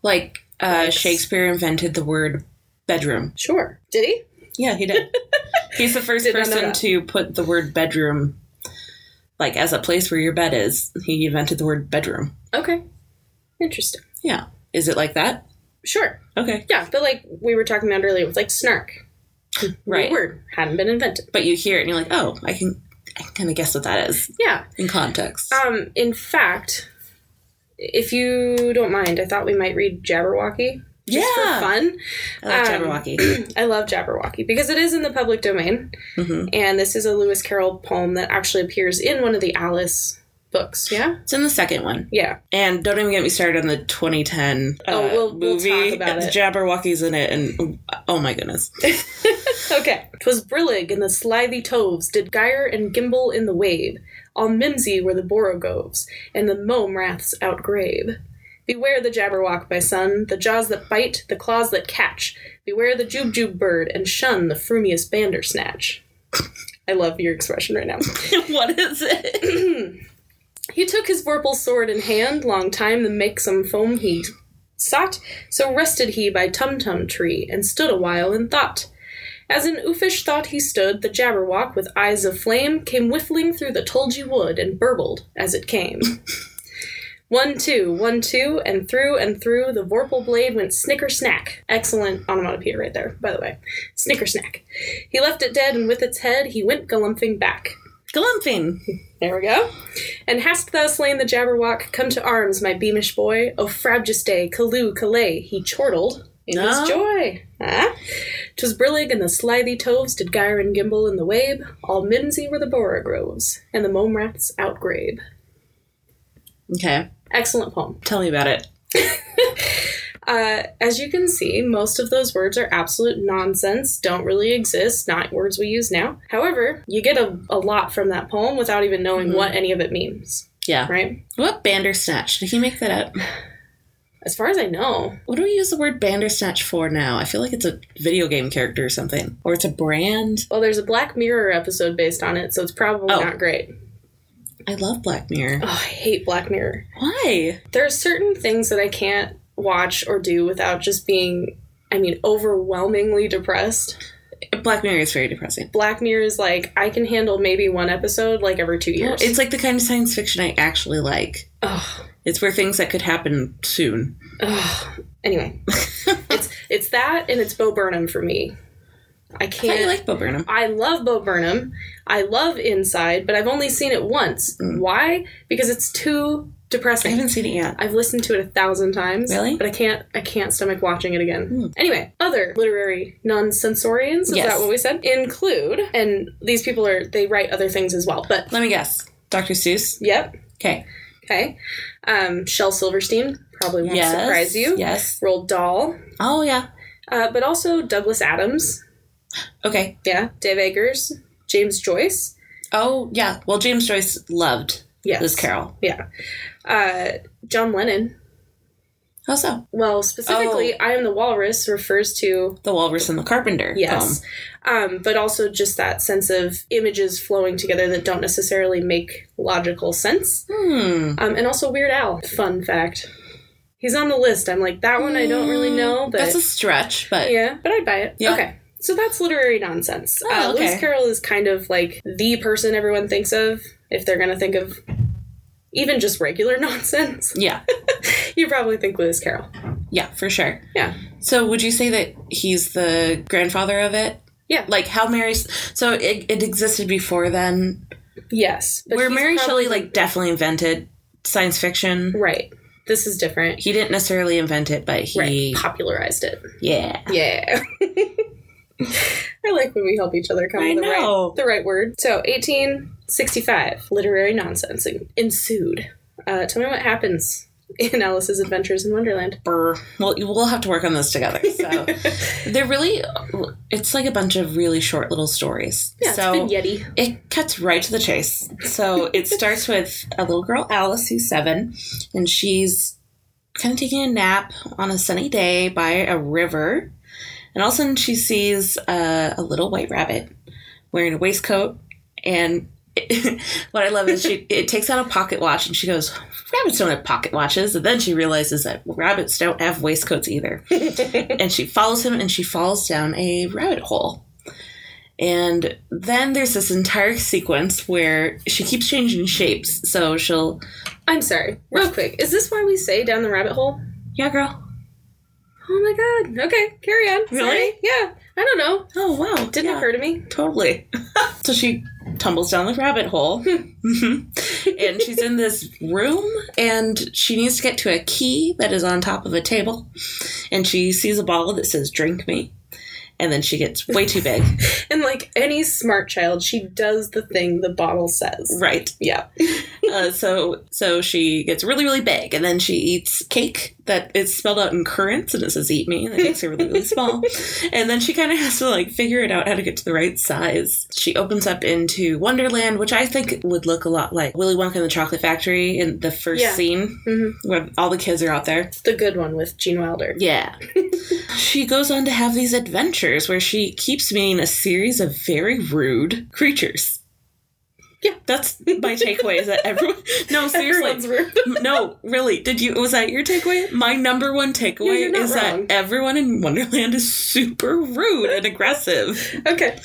Speaker 2: Like uh,
Speaker 3: Likes.
Speaker 2: Shakespeare invented the word bedroom.
Speaker 3: Sure. Did he?
Speaker 2: Yeah, he did. [LAUGHS] He's the first
Speaker 3: Did not know
Speaker 2: person
Speaker 3: that.
Speaker 2: to put the word bedroom, like as a place where your bed is. He invented the word bedroom.
Speaker 3: Okay. Interesting.
Speaker 2: Yeah. Is it like that?
Speaker 3: Sure.
Speaker 2: Okay.
Speaker 3: Yeah, but like we were talking about earlier with like snark. New
Speaker 2: Right.
Speaker 3: word. Hadn't been invented.
Speaker 2: But you hear it and you're like, oh, I can, I can kind of guess what that is
Speaker 3: Yeah.
Speaker 2: in context.
Speaker 3: Um, in fact, if you don't mind, I thought we might read Jabberwocky just
Speaker 2: Yeah.
Speaker 3: for fun.
Speaker 2: I like [CLEARS THROAT]
Speaker 3: um,
Speaker 2: Jabberwocky.
Speaker 3: I love Jabberwocky because it is in the public domain,
Speaker 2: hmm
Speaker 3: and this is a Lewis Carroll poem that actually appears in one of the Alice books. Yeah,
Speaker 2: It's in the second one.
Speaker 3: yeah,
Speaker 2: And don't even get me started on the 2010 uh,
Speaker 3: Oh, we'll- we'll
Speaker 2: movie.
Speaker 3: talk about it.
Speaker 2: Jabberwocky's in it, and oh my goodness. [LAUGHS]
Speaker 3: okay. Twas brillig and the slithy toves did gyre and gimble in the wabe. All mimsy were the borogoves and the mome raths outgrabe. Beware the Jabberwock, my son, the jaws that bite, the claws that catch. Beware the jubjub bird, and shun the frumious bandersnatch. [LAUGHS] I love your expression right now.
Speaker 2: what is it?
Speaker 3: He took his vorpal sword in hand, long time the makesome foam he sought, so rested he by Tum Tum tree, and stood awhile in thought. As in oofish thought he stood, the Jabberwock, with eyes of flame, came whiffling through the tulgey wood, and burbled as it came. one, two, one, two, and through and through the vorpal blade went snicker snack. Excellent onomatopoeia right there, by the way. Snicker snack. He left it dead, and with its head he went galumphing back.
Speaker 2: Galumphing.
Speaker 3: There we go. And hast thou slain the Jabberwock? Come to arms, my beamish boy. O frabjous day, Calloo, Calais, he chortled in
Speaker 2: No.
Speaker 3: his joy. Ah? 'Twas brillig and the slithy toves did gyre and gimble in the wabe. All mimsy were the borogoves, and the mome raths outgrabe.
Speaker 2: Okay,
Speaker 3: Excellent poem.
Speaker 2: tell me about it.
Speaker 3: Uh, as you can see, most of those words are absolute nonsense, don't really exist, not words we use now. However, you get a, a lot from that poem without even knowing what any of it means,
Speaker 2: Yeah.
Speaker 3: right?
Speaker 2: What Bandersnatch? Did he make that up?
Speaker 3: As far as I know,
Speaker 2: What do we use the word Bandersnatch for now? I feel like it's a video game character or something, or it's a brand.
Speaker 3: Well, there's a Black Mirror episode based on it, so it's probably
Speaker 2: Oh.
Speaker 3: not great.
Speaker 2: I love Black Mirror.
Speaker 3: Oh, I hate Black Mirror.
Speaker 2: Why?
Speaker 3: There are certain things that I can't watch or do without just being, I mean, overwhelmingly depressed.
Speaker 2: Black Mirror is very depressing.
Speaker 3: Black Mirror is like, I can handle maybe one episode like every two years.
Speaker 2: It's like the kind of science fiction I actually like.
Speaker 3: [SIGHS] Ugh.
Speaker 2: It's where things that could happen soon.
Speaker 3: Ugh. Anyway, it's it's that and it's Bo Burnham for me.
Speaker 2: I
Speaker 3: I
Speaker 2: thought
Speaker 3: can't.
Speaker 2: you liked Bo Burnham.
Speaker 3: I love Bo Burnham. I love Inside, but I've only seen it once. Why? Because it's too
Speaker 2: I
Speaker 3: depressing.
Speaker 2: haven't seen it yet.
Speaker 3: I've listened to it a thousand times.
Speaker 2: Really?
Speaker 3: But I can't I can't stomach watching it again.
Speaker 2: Hmm.
Speaker 3: Anyway, other literary non-sensorians, is
Speaker 2: Yes.
Speaker 3: that what we said? Include and these people are they write other things as well. But
Speaker 2: Let me guess. Dr. Seuss.
Speaker 3: yep.
Speaker 2: Okay.
Speaker 3: Okay. Um Shel Silverstein probably won't
Speaker 2: Yes.
Speaker 3: surprise you.
Speaker 2: Yes.
Speaker 3: Roald Dahl.
Speaker 2: Oh yeah.
Speaker 3: Uh, but also Douglas Adams.
Speaker 2: Okay.
Speaker 3: Yeah. Dave Eggers. James Joyce.
Speaker 2: Oh yeah. Well, James Joyce loved
Speaker 3: Yes.
Speaker 2: Liz Carroll.
Speaker 3: Yeah. Uh, John Lennon.
Speaker 2: How so?
Speaker 3: Well,
Speaker 2: Oh.
Speaker 3: specifically, I Am the Walrus refers to,
Speaker 2: The Walrus and the Carpenter.
Speaker 3: yes, um, but also just that sense of images flowing together that don't necessarily make logical sense.
Speaker 2: poem. Hmm.
Speaker 3: Um, and also Weird Al, fun fact. He's on the list. I'm like, that
Speaker 2: Hmm.
Speaker 3: one I don't really know, but
Speaker 2: that's a stretch. But
Speaker 3: yeah, but I'd buy it.
Speaker 2: Yeah.
Speaker 3: Okay. So that's literary nonsense.
Speaker 2: Oh,
Speaker 3: uh, Lewis
Speaker 2: okay.
Speaker 3: Carroll is kind of like the person everyone thinks of if they're going to think of even just regular [LAUGHS] nonsense.
Speaker 2: yeah,
Speaker 3: You probably think Lewis Carroll.
Speaker 2: yeah, for sure.
Speaker 3: Yeah.
Speaker 2: So would you say that he's the grandfather of it?
Speaker 3: Yeah.
Speaker 2: Like how Mary's. So it, it existed before then.
Speaker 3: Yes. but
Speaker 2: where
Speaker 3: he's
Speaker 2: Mary
Speaker 3: probably-
Speaker 2: Shelley like definitely invented science fiction.
Speaker 3: Right. This is different.
Speaker 2: He didn't necessarily invent it, but he
Speaker 3: Right. Popularized it.
Speaker 2: yeah.
Speaker 3: Yeah. I like when we help each other come
Speaker 2: I
Speaker 3: up with the
Speaker 2: know.
Speaker 3: right the right word. So 1865, literary nonsense en- ensued. Uh, tell me what happens in Alice's Adventures in Wonderland.
Speaker 2: Brr. Well, we'll have to work on this together.
Speaker 3: [LAUGHS]
Speaker 2: So they're really, it's like a bunch of really short little stories.
Speaker 3: Yeah,
Speaker 2: so
Speaker 3: it's been Yeti.
Speaker 2: It cuts right to the chase. So it starts with a little girl, Alice, who's seven, and she's kind of taking a nap on a sunny day by a river. And all of a sudden, she sees uh, a, a little white rabbit wearing a waistcoat. And [LAUGHS] what I love is she it takes out a pocket watch and she goes, Rabbits don't have pocket watches. And then she realizes that rabbits don't have waistcoats either. [LAUGHS] and she follows him and she falls down a rabbit hole. And then there's this entire sequence where she keeps changing shapes. So she'll,
Speaker 3: I'm sorry. Real quick. Is this why we say down the rabbit hole?
Speaker 2: yeah, girl.
Speaker 3: Oh my god. Okay, carry on. Sorry.
Speaker 2: Really?
Speaker 3: Yeah. I don't know.
Speaker 2: Oh, wow.
Speaker 3: Didn't
Speaker 2: yeah,
Speaker 3: occur to me.
Speaker 2: Totally. [LAUGHS] so she tumbles down the rabbit hole. [LAUGHS] Mhm. and she's in this room and she needs to get to a key that is on top of a table. And she sees a bottle that says, Drink me. And then she gets way too big. [LAUGHS]
Speaker 3: And like any smart child, she does the thing the bottle says.
Speaker 2: right.
Speaker 3: Yeah.
Speaker 2: uh, so so she gets really really big and then she eats cake that is spelled out in currants and it says eat me and it makes her really really
Speaker 3: [LAUGHS]
Speaker 2: small and then she kind of has to like figure it out how to get to the right size she opens up into wonderland which i think would look a lot like willy wonka and the chocolate factory in the first
Speaker 3: Yeah.
Speaker 2: scene
Speaker 3: hmm
Speaker 2: where all the kids are out there
Speaker 3: The good one with Gene Wilder.
Speaker 2: yeah [LAUGHS] she goes on to have these adventures where she keeps meeting a series of very rude creatures
Speaker 3: Yeah.
Speaker 2: that's my takeaway is that everyone no seriously
Speaker 3: Everyone's rude.
Speaker 2: no, really. Did you? Was that your takeaway? My number one
Speaker 3: No,
Speaker 2: takeaway
Speaker 3: you're not
Speaker 2: is
Speaker 3: wrong.
Speaker 2: that everyone in Wonderland is super rude and aggressive.
Speaker 3: Okay.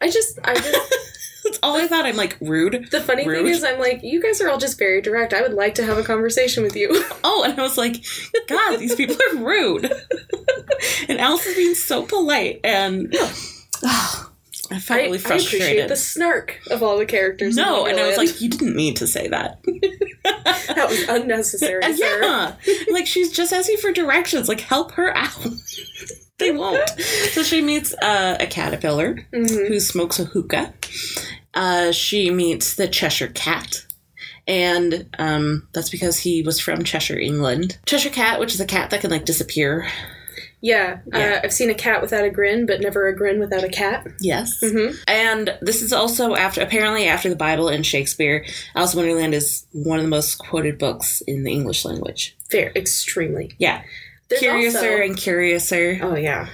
Speaker 3: I just, I just,
Speaker 2: That's all I thought. I'm like rude.
Speaker 3: the funny
Speaker 2: Rude.
Speaker 3: thing is, I'm like, you guys are all just very direct. I would like to have a conversation with [LAUGHS] you.
Speaker 2: Oh, and I was like, God, these people are rude. [LAUGHS] and Alice is being so polite,
Speaker 3: [SIGHS]
Speaker 2: and oh, I felt
Speaker 3: I,
Speaker 2: really
Speaker 3: I appreciate
Speaker 2: frustrated.
Speaker 3: the snark of all the characters. in
Speaker 2: no, and I was
Speaker 3: Wonderland.
Speaker 2: like, you didn't need to say that.
Speaker 3: that was unnecessary, sir.
Speaker 2: [LAUGHS] yeah, [LAUGHS] like she's just asking for directions. Like, help her out. [LAUGHS] they won't. So she meets uh, a caterpillar.
Speaker 3: Mhm.
Speaker 2: who smokes a hookah. Uh, she meets the Cheshire Cat. And um, that's because he was from Cheshire, England. Cheshire Cat, which is a cat that can like disappear.
Speaker 3: Yeah.
Speaker 2: Yeah.
Speaker 3: Uh, I've seen a cat without a grin, but never a grin without a cat.
Speaker 2: Yes.
Speaker 3: hmm
Speaker 2: And this is also after, apparently, after the Bible and Shakespeare. Alice in Wonderland is one of the most quoted books in the English language.
Speaker 3: Fair. Extremely.
Speaker 2: Yeah.
Speaker 3: There's
Speaker 2: curiouser
Speaker 3: also-
Speaker 2: and curiouser.
Speaker 3: Oh yeah.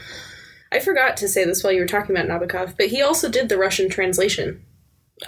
Speaker 3: I forgot to say this while you were talking about Nabokov, but he also did the Russian translation.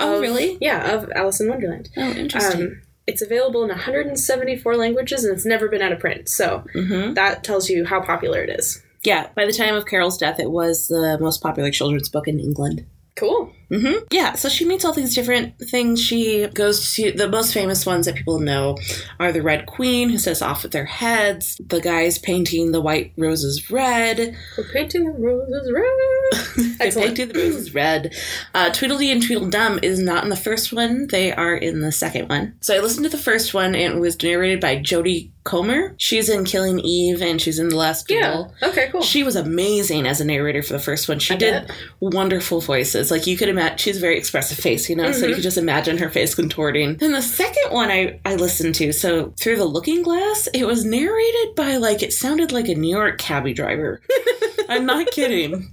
Speaker 2: Oh,
Speaker 3: of-
Speaker 2: really?
Speaker 3: Yeah, of Alice in Wonderland.
Speaker 2: Oh, interesting.
Speaker 3: Um, it's available in 174 languages and it's never been out of print. So
Speaker 2: hmm
Speaker 3: that tells you how popular it is.
Speaker 2: Yeah. By the time of Carol's death, it was the most popular children's book in England.
Speaker 3: Cool.
Speaker 2: hmm Yeah, so she meets all these different things. She goes to the most famous ones that people know are the Red Queen, who says off with their heads, the guys painting the white roses red,
Speaker 3: [LAUGHS] We're painting the roses red.
Speaker 2: [LAUGHS] They
Speaker 3: Excellent.
Speaker 2: painted the roses red. Uh, Tweedledee and Tweedledum is not in the first one. They are in the second one. So I listened to the first one, and it was narrated by Jodie Comer. She's in Killing Eve, and she's in The Last
Speaker 3: Yeah.
Speaker 2: Duel.
Speaker 3: Okay, cool.
Speaker 2: She was amazing as a narrator for the first one. She
Speaker 3: I
Speaker 2: did
Speaker 3: bet.
Speaker 2: wonderful voices. Like you could imagine, she's a very expressive face, you know, so you
Speaker 3: Mhm.
Speaker 2: could just imagine her face contorting. Then the second one I, I listened to, so Through the Looking Glass, it was narrated by like, it sounded like a New York cabbie
Speaker 3: [LAUGHS]
Speaker 2: driver. I'm not kidding.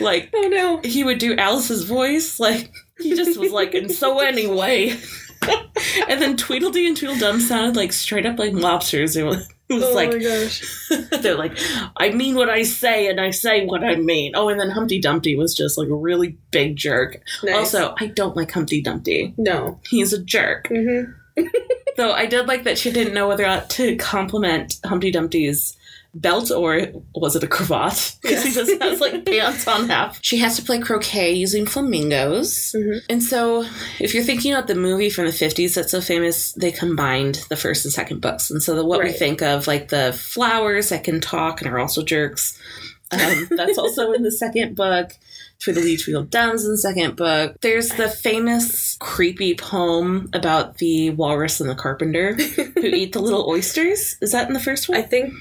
Speaker 2: Like,
Speaker 3: oh no.
Speaker 2: he would do Alice's voice. Like he just was like, and so anyway. [LAUGHS] and then Tweedledee and Tweedledum sounded like straight up like lobsters. It was, it was
Speaker 3: oh my
Speaker 2: like
Speaker 3: gosh.
Speaker 2: [LAUGHS] they're like, I mean what I say and I say what I mean. Oh, and then Humpty Dumpty was just like a really big jerk.
Speaker 3: Nice.
Speaker 2: Also, I don't like Humpty Dumpty.
Speaker 3: no.
Speaker 2: He's a jerk.
Speaker 3: Mm-hmm.
Speaker 2: [LAUGHS] Though I did like that she didn't know whether or not to compliment Humpty Dumpty's belt or was it a cravat? [LAUGHS] Because he
Speaker 3: Yes.
Speaker 2: just has like pants on half. She has to play croquet using flamingos.
Speaker 3: Mhm.
Speaker 2: And so, if you're thinking about the movie from the 50s that's so famous, they combined the first and second books. And so, the, what we
Speaker 3: Right.
Speaker 2: think of, like the flowers that can talk and are also jerks,
Speaker 3: [LAUGHS]
Speaker 2: um, that's also in the second book. Tweedledee Tweedledum's in the second book. There's the famous creepy poem about the walrus and the
Speaker 3: [LAUGHS]
Speaker 2: carpenter who eat the little oysters. Is that in the first one?
Speaker 3: I think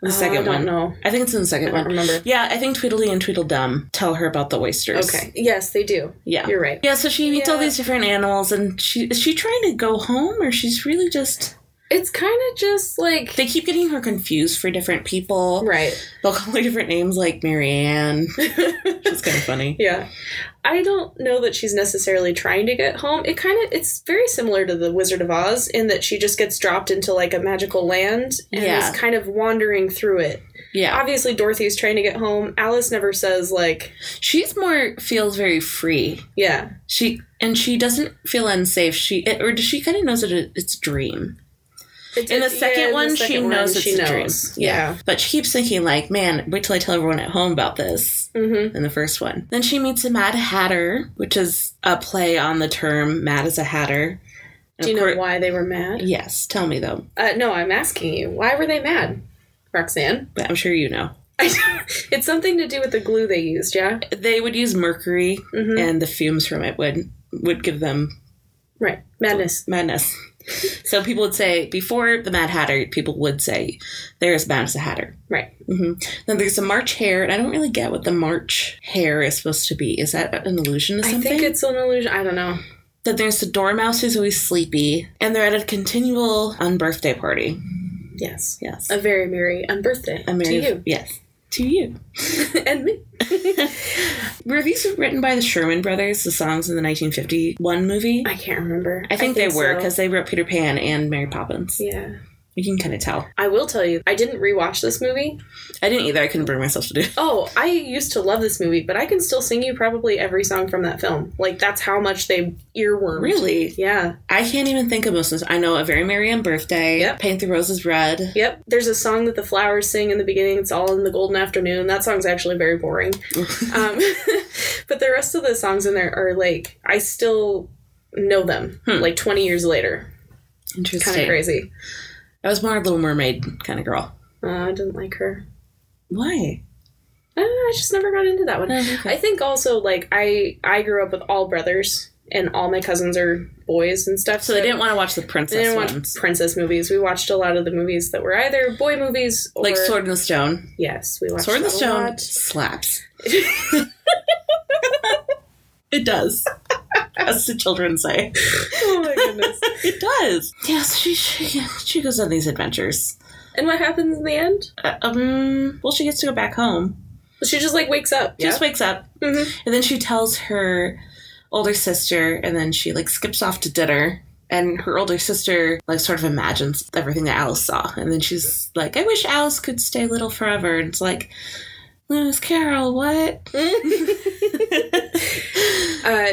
Speaker 2: the second
Speaker 3: Oh, I don't
Speaker 2: one.
Speaker 3: know. Uh-uh.
Speaker 2: I think it's in the
Speaker 3: I
Speaker 2: second
Speaker 3: don't
Speaker 2: one.
Speaker 3: remember.
Speaker 2: Yeah, I think Tweedledee and Tweedledum tell her about the oysters.
Speaker 3: Okay. Yes, they do.
Speaker 2: Yeah.
Speaker 3: You're right.
Speaker 2: Yeah, so she meets all
Speaker 3: Yeah.
Speaker 2: these different animals, and she is she trying to go home, or she's really just
Speaker 3: It's kind of just like
Speaker 2: they keep getting her confused for different people.
Speaker 3: right.
Speaker 2: They'll call her different names, like
Speaker 3: [LAUGHS]
Speaker 2: Marianne, which is kind of funny.
Speaker 3: Yeah. I don't know that she's necessarily trying to get home. It kind of it's very similar to the Wizard of Oz in that she just gets dropped into like a magical land and
Speaker 2: Yeah.
Speaker 3: is kind of wandering through it.
Speaker 2: Yeah,
Speaker 3: Obviously Dorothy's trying to get home. Alice never says like,
Speaker 2: she's more feels very free.
Speaker 3: yeah.
Speaker 2: She and she doesn't feel unsafe. She it, or does she kind of knows that it, it's a dream.
Speaker 3: It's-
Speaker 2: In the
Speaker 3: it's- yeah,
Speaker 2: second
Speaker 3: in the
Speaker 2: one, she
Speaker 3: second one,
Speaker 2: knows it's
Speaker 3: she
Speaker 2: a
Speaker 3: knows.
Speaker 2: dream. Yeah. but she keeps thinking like, man, wait till I tell everyone at home about this.
Speaker 3: yeah. Mhm.
Speaker 2: in the first one. Then she meets a Mad Hatter, which is a play on the term Mad as a Hatter. And
Speaker 3: Do you
Speaker 2: of
Speaker 3: know
Speaker 2: cour-
Speaker 3: why they were mad?
Speaker 2: Yes, tell me though.
Speaker 3: Uh, no, I'm asking you. Why were they mad, Roxanne? [LAUGHS]
Speaker 2: But I'm sure you know.
Speaker 3: it's something to do with the glue they used, yeah?
Speaker 2: They would use mercury
Speaker 3: Mm-hmm.
Speaker 2: and the fumes from it would would give them
Speaker 3: Right. Madness.
Speaker 2: madness. [LAUGHS] so people would say before the Mad Hatter, people would say there is Mad as a Hatter.
Speaker 3: Right.
Speaker 2: hmm Then there's the March Hare, and I don't really get what the March Hare is supposed to be. Is that an allusion to
Speaker 3: I
Speaker 2: something?
Speaker 3: think it's an illusion. I don't know.
Speaker 2: Then there's the Dormouse who's always sleepy, and they're at a continual unbirthday party.
Speaker 3: Yes.
Speaker 2: Yes.
Speaker 3: A very merry on birthday
Speaker 2: A merry-
Speaker 3: to
Speaker 2: Yes. To you.
Speaker 3: you [LAUGHS] and me.
Speaker 2: Were these written by the Sherman Brothers, the songs in the 1951 movie? I,
Speaker 3: I can't remember.
Speaker 2: think, they were
Speaker 3: so.
Speaker 2: because they wrote Peter Pan and Mary Poppins.
Speaker 3: yeah.
Speaker 2: You can kind of tell.
Speaker 3: I will tell you, I didn't rewatch this movie.
Speaker 2: I didn't either. I couldn't bring myself to do it.
Speaker 3: Oh, I used to love this movie, but I can still sing you probably every song from that film. Like that's how much they earwormed.
Speaker 2: Really?
Speaker 3: Yeah.
Speaker 2: I can't even think of most of this. I know A Very Merry on Birthday,
Speaker 3: Yep.
Speaker 2: Paint the Roses Red.
Speaker 3: Yep. There's a song that the flowers sing in the beginning. It's all in the golden afternoon. That song's actually
Speaker 2: [LAUGHS]
Speaker 3: very boring. um, [LAUGHS] but the rest of the songs in there are like I still know them.
Speaker 2: Hmm.
Speaker 3: Like 20 years later.
Speaker 2: Interesting.
Speaker 3: Kind of crazy.
Speaker 2: I was more a Little Mermaid kind of girl.
Speaker 3: Uh, I didn't like her.
Speaker 2: Why?
Speaker 3: I don't know, I just never got into that
Speaker 2: Oh,
Speaker 3: one. I think also like I I grew up with all brothers and all my cousins are boys and stuff.
Speaker 2: so they didn't want to watch the princess
Speaker 3: they didn't watch
Speaker 2: ones.
Speaker 3: princess movies. We watched a lot of the movies that were either boy movies or
Speaker 2: like Sword in the Stone.
Speaker 3: Yes, we watched
Speaker 2: Sword in the
Speaker 3: a
Speaker 2: Stone [LAUGHS]
Speaker 3: lot.
Speaker 2: slaps. it does. As the children say.
Speaker 3: Oh my goodness!
Speaker 2: It does. Yes, she she, she goes on these adventures.
Speaker 3: and what happens in the end?
Speaker 2: Uh, um, well, she gets to go back home.
Speaker 3: She just like wakes up.
Speaker 2: She just wakes up,
Speaker 3: Mhm.
Speaker 2: and then she tells her older sister, and then she like skips off to dinner. And her older sister like sort of imagines everything that Alice saw, and then she's like, "I wish Alice could stay little forever." And it's like, Lewis Carroll, what?
Speaker 3: Uh,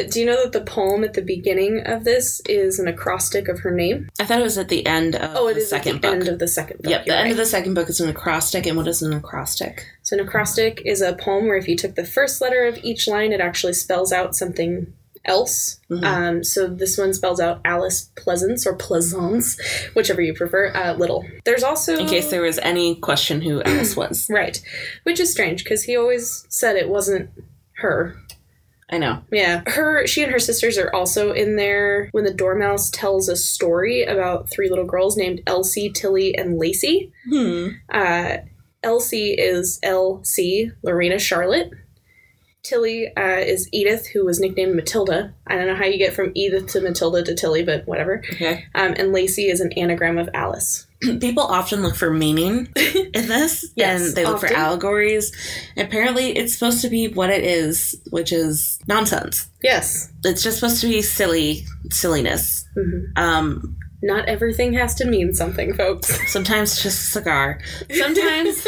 Speaker 3: do you know that the poem at the beginning of this is an acrostic of her name?
Speaker 2: I thought it was at the end of
Speaker 3: Oh, it
Speaker 2: the
Speaker 3: is
Speaker 2: second
Speaker 3: at the
Speaker 2: book.
Speaker 3: end of the second book.
Speaker 2: Yep, the
Speaker 3: you're
Speaker 2: end
Speaker 3: right.
Speaker 2: of the second book is an acrostic, and what is an acrostic?
Speaker 3: So an acrostic is a poem where if you took the first letter of each line, it actually spells out something else.
Speaker 2: Mm-hmm.
Speaker 3: Um, so this one spells out Alice Pleasance or Pleasance, whichever you prefer. Uh, little. There's also
Speaker 2: In case there was any question who Alice was.
Speaker 3: right, which is strange because he always said it wasn't her.
Speaker 2: I know.
Speaker 3: Yeah, her. She and her sisters are also in there when the Dormouse tells a story about three little girls named Elsie, Tilly, and Lacey.
Speaker 2: Hmm.
Speaker 3: Uh, Elsie is L.C. Lorena Charlotte. Tilly uh, is Edith, who was nicknamed Matilda. I don't know how you get from Edith to Matilda to Tilly, but whatever.
Speaker 2: Okay.
Speaker 3: Um, and Lacey is an anagram of Alice.
Speaker 2: People often look for
Speaker 3: [LAUGHS]
Speaker 2: meaning in this,
Speaker 3: Yes,
Speaker 2: and they look for
Speaker 3: often.
Speaker 2: allegories. Apparently, it's supposed to be what it is, which is nonsense.
Speaker 3: Yes.
Speaker 2: It's just supposed to be silly silliness.
Speaker 3: Mhm.
Speaker 2: Um,
Speaker 3: Not everything has to mean something, folks.
Speaker 2: Sometimes it's just a cigar. [LAUGHS] Sometimes,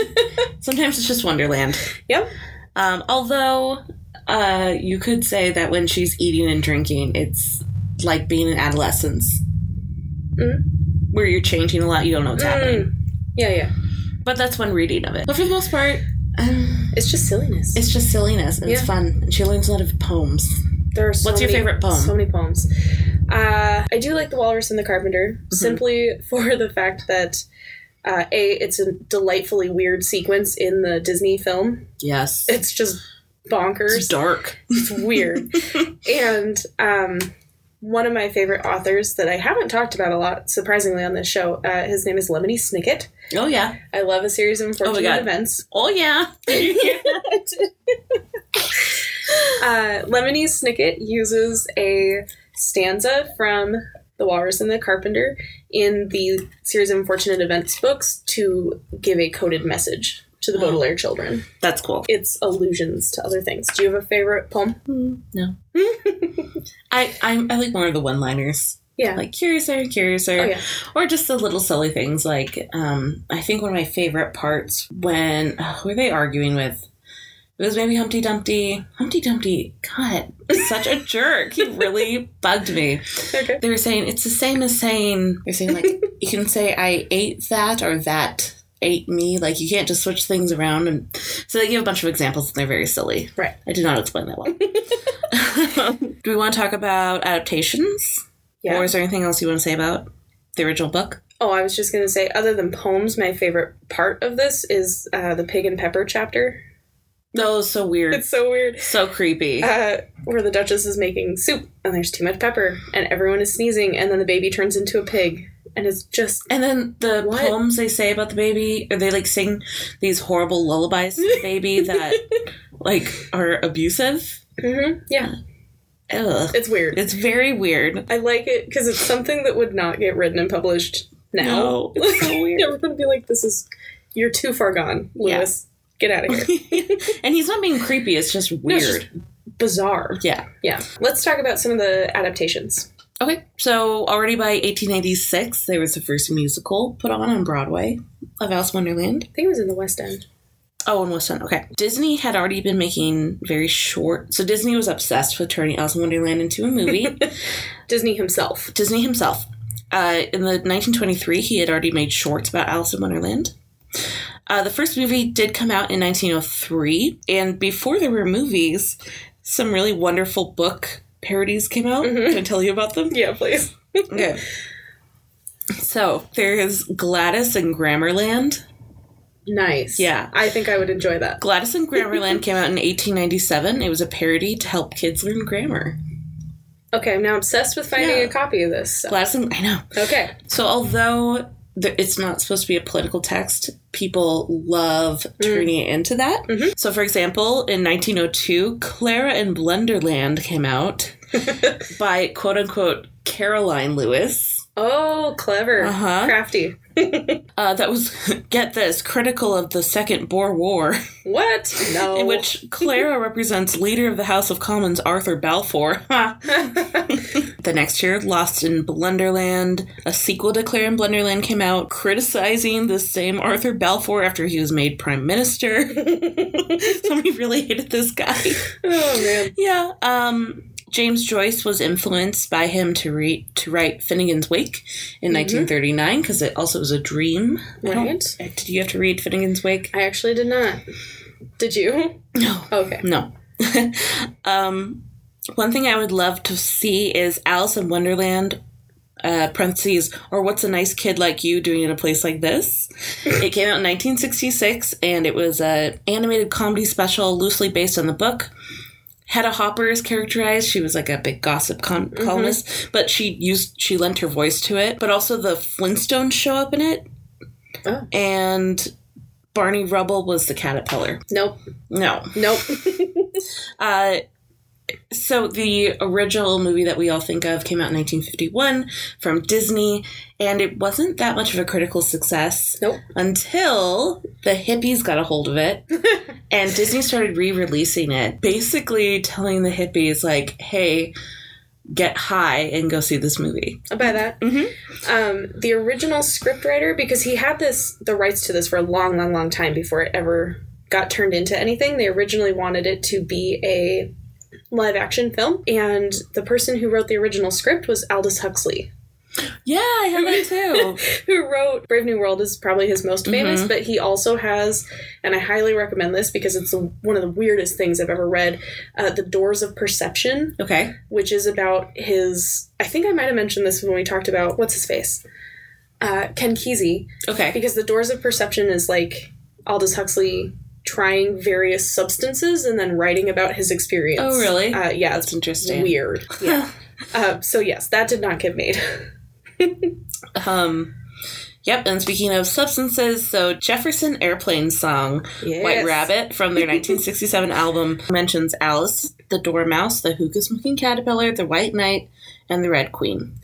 Speaker 2: sometimes it's just Wonderland.
Speaker 3: Yep.
Speaker 2: Um, although, uh, you could say that when she's eating and drinking, it's like being in adolescence,
Speaker 3: Mm.
Speaker 2: where you're changing a lot. You don't know what's happening,
Speaker 3: Mm. Yeah, yeah.
Speaker 2: but that's one reading of it. But for the most part, um,
Speaker 3: It's just silliness.
Speaker 2: it's just silliness and it's
Speaker 3: Yeah.
Speaker 2: fun. And she learns a lot of poems.
Speaker 3: There are so
Speaker 2: What's your
Speaker 3: many-
Speaker 2: favorite poem?
Speaker 3: So many poems. Uh, I do like The Walrus and the Carpenter
Speaker 2: Mm-hmm.
Speaker 3: simply [LAUGHS] for the fact that uh, a it's a delightfully weird sequence in the Disney film.
Speaker 2: Yes,
Speaker 3: It's just bonkers.
Speaker 2: it's dark. [LAUGHS]
Speaker 3: It's weird. and um, one of my favorite authors that I haven't talked about a lot, surprisingly, on this show, uh, his name is Lemony Snicket.
Speaker 2: Oh yeah,
Speaker 3: I love a series of unfortunate
Speaker 2: God.
Speaker 3: events.
Speaker 2: oh yeah.
Speaker 3: [LAUGHS] uh, Lemony Snicket uses a stanza from The Walrus and the Carpenter in the series of unfortunate events books to give a coded message to the
Speaker 2: Oh.
Speaker 3: Baudelaire children.
Speaker 2: That's cool.
Speaker 3: It's allusions to other things. Do you have a favorite poem?
Speaker 2: [LAUGHS] No, I, I I like more of the one-liners.
Speaker 3: Yeah.
Speaker 2: like curiouser and curiouser
Speaker 3: oh, yeah.
Speaker 2: or just the little silly things like um i think one of my favorite parts when uh, who are they arguing with it was maybe humpty dumpty humpty dumpty god [LAUGHS] such a jerk he
Speaker 3: [LAUGHS]
Speaker 2: really bugged me
Speaker 3: Okay.
Speaker 2: they were saying it's the same as saying they're
Speaker 3: [LAUGHS]
Speaker 2: saying like you can say i ate that or that ate me like you can't just switch things around and so they give a bunch of examples and they're very silly
Speaker 3: Right.
Speaker 2: i did not explain that
Speaker 3: [LAUGHS]
Speaker 2: well [LAUGHS] do we want to talk about adaptations
Speaker 3: Yeah.
Speaker 2: or is there anything else you want to say about the original book?
Speaker 3: Oh, I was just going to say, other than poems, my favorite part of this is uh, the Pig and Pepper chapter. [LAUGHS]
Speaker 2: No, it's so weird.
Speaker 3: It's so weird.
Speaker 2: so creepy.
Speaker 3: uh, where the Duchess is making soup and there's too much pepper and everyone is sneezing and then the baby turns into a pig and it's just
Speaker 2: and then the
Speaker 3: what?
Speaker 2: poems they say about the baby, or they like sing these horrible lullabies to the baby that like are abusive.
Speaker 3: hmm yeah
Speaker 2: Ugh.
Speaker 3: it's weird.
Speaker 2: It's very
Speaker 3: [LAUGHS]
Speaker 2: weird.
Speaker 3: I like it because it's something that would not get written and published now.
Speaker 2: No, it's
Speaker 3: [LAUGHS]
Speaker 2: so weird.
Speaker 3: Everyone would be like, "This is you're too far gone,
Speaker 2: Yeah.
Speaker 3: Lewis. Get out
Speaker 2: [LAUGHS]
Speaker 3: of here."
Speaker 2: and he's not being creepy, it's just weird.
Speaker 3: just- Bizarre.
Speaker 2: yeah.
Speaker 3: Yeah. Let's talk about some of the adaptations.
Speaker 2: Okay. So already by 1886, there was the first musical put on on Broadway of Alice in Wonderland.
Speaker 3: I think it was in the West End.
Speaker 2: Oh, and West End. Okay. Disney had already been making very short. So Disney was obsessed with turning Alice in Wonderland into a movie.
Speaker 3: Disney himself.
Speaker 2: Disney himself. Uh, in the 1923, he had already made shorts about Alice in Wonderland. Uh, the first movie did come out in 1903, and before there were movies, some really wonderful book parodies came out.
Speaker 3: Mhm.
Speaker 2: Can I tell you about them?
Speaker 3: Yeah, please.
Speaker 2: [LAUGHS] Okay. So there is Gladys and Grammarland.
Speaker 3: Nice.
Speaker 2: Yeah.
Speaker 3: I think I would enjoy that.
Speaker 2: Gladys and Grammarland came out in 1897. It was a parody to help kids learn grammar.
Speaker 3: Okay, I'm now obsessed with finding
Speaker 2: Yeah.
Speaker 3: a copy of this. so-
Speaker 2: Gladys and I know.
Speaker 3: Okay.
Speaker 2: So although th it's not supposed to be a political text, people love turning it into that.
Speaker 3: Mhm.
Speaker 2: So, for example, in 1902, Clara and Blunderland came out by quote unquote Caroline Lewis.
Speaker 3: Oh, clever.
Speaker 2: Uh-huh.
Speaker 3: Crafty.
Speaker 2: Uh, that was [LAUGHS] get this critical of the Second Boer War, [LAUGHS]
Speaker 3: What? No.
Speaker 2: in [LAUGHS] which Clara represents leader of the House of Commons Arthur Balfour. [LAUGHS] Ha. The next year, Lost in Blunderland, a sequel to Claire in Blunderland came out, criticizing the same Arthur Balfour after he was made prime minister. [LAUGHS] Somebody really hated this guy.
Speaker 3: oh man.
Speaker 2: Yeah. Um, James Joyce was influenced by him to read to write Finnegan's Wake in 1939 because it also was a dream. I don't-
Speaker 3: Right.
Speaker 2: Did you have to read Finnegan's Wake?
Speaker 3: I actually did not. Did you?
Speaker 2: [LAUGHS] No. [LAUGHS]
Speaker 3: Okay.
Speaker 2: No. um, One thing I would love to see is Alice in Wonderland, uh, parentheses, or What's a Nice Kid Like You Doing in a Place Like This? it came out in 1966 and it was a animated comedy special loosely based on the book. Hedda Hopper is characterized. She was like a big gossip con- columnist, but she used she lent her voice to it. But also the Flintstones show up in it,
Speaker 3: Oh.
Speaker 2: and Barney Rubble was the caterpillar.
Speaker 3: Nope.
Speaker 2: No,
Speaker 3: Nope.
Speaker 2: uh, so the original movie that we all think of came out in 1951 from Disney, and it wasn't that much of a critical success
Speaker 3: nope.
Speaker 2: until the hippies got a hold of [LAUGHS] it, and Disney started re-releasing it, basically telling the hippies like, "Hey, get high and go see this movie."
Speaker 3: I buy that.
Speaker 2: Mhm.
Speaker 3: Um, the original scriptwriter, because he had this the rights to this for a long, long, long time before it ever got turned into anything. They originally wanted it to be a live action film, and the person who wrote the original script was Aldous Huxley,
Speaker 2: Yeah, I heard [LAUGHS] that too.
Speaker 3: who wrote Brave New World is probably his most famous,
Speaker 2: Mm-hmm.
Speaker 3: but he also has, and I highly recommend this because it's the, one of the weirdest things I've ever read, uh, The Doors of Perception
Speaker 2: okay,
Speaker 3: which is about his. I think I might have mentioned this when we talked about what's his face, uh, Ken Kesey,
Speaker 2: okay,
Speaker 3: because the Doors of Perception is like Aldous Huxley trying various substances and then writing about his experience.
Speaker 2: Oh, really?
Speaker 3: Uh, yeah,
Speaker 2: that's
Speaker 3: it's
Speaker 2: interesting.
Speaker 3: weird.
Speaker 2: [LAUGHS]
Speaker 3: Yeah. uh, so yes, that did not get made.
Speaker 2: Um, yep, and speaking of substances, so Jefferson Airplane's song White
Speaker 3: [LAUGHS] Yes.
Speaker 2: Rabbit from
Speaker 3: [LAUGHS]
Speaker 2: their 1967 album mentions Alice, the Dormouse, the hookah smoking caterpillar, the White Knight, and the Red Queen.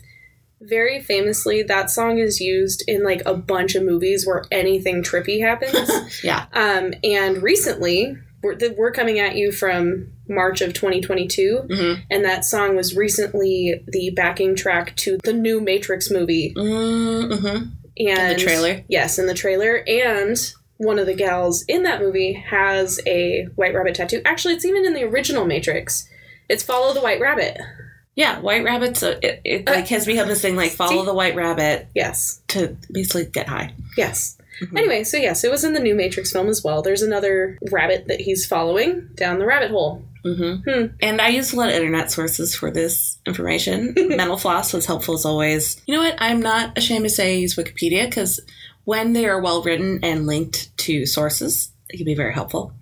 Speaker 3: Very famously, that song is used in like a bunch of movies where anything trippy happens.
Speaker 2: [LAUGHS] Yeah.
Speaker 3: Um, and recently, we're, th- we're coming at you from March of 2022,
Speaker 2: Mhm.
Speaker 3: and that song was recently the backing track to the new Matrix movie.
Speaker 2: Mm-hmm.
Speaker 3: And
Speaker 2: the trailer?
Speaker 3: yes, in the trailer, and one of the gals in that movie has a white rabbit tattoo. Actually, it's even in the original Matrix. It's follow the white rabbit.
Speaker 2: Yeah, White Rabbit's a, it, it like has become this thing like follow
Speaker 3: Uh, See?
Speaker 2: the White Rabbit
Speaker 3: Yes,
Speaker 2: to basically get high.
Speaker 3: yes.
Speaker 2: Mhm.
Speaker 3: Anyway, so yes, it was in the new Matrix film as well. There's another rabbit that he's following down the rabbit hole.
Speaker 2: Mm-hmm.
Speaker 3: Hmm.
Speaker 2: And I used a lot of internet sources for this
Speaker 3: [LAUGHS]
Speaker 2: information. Mental floss was helpful as always. You know what? I'm not ashamed to say I use Wikipedia because when they are well written and linked to sources, it can be very helpful.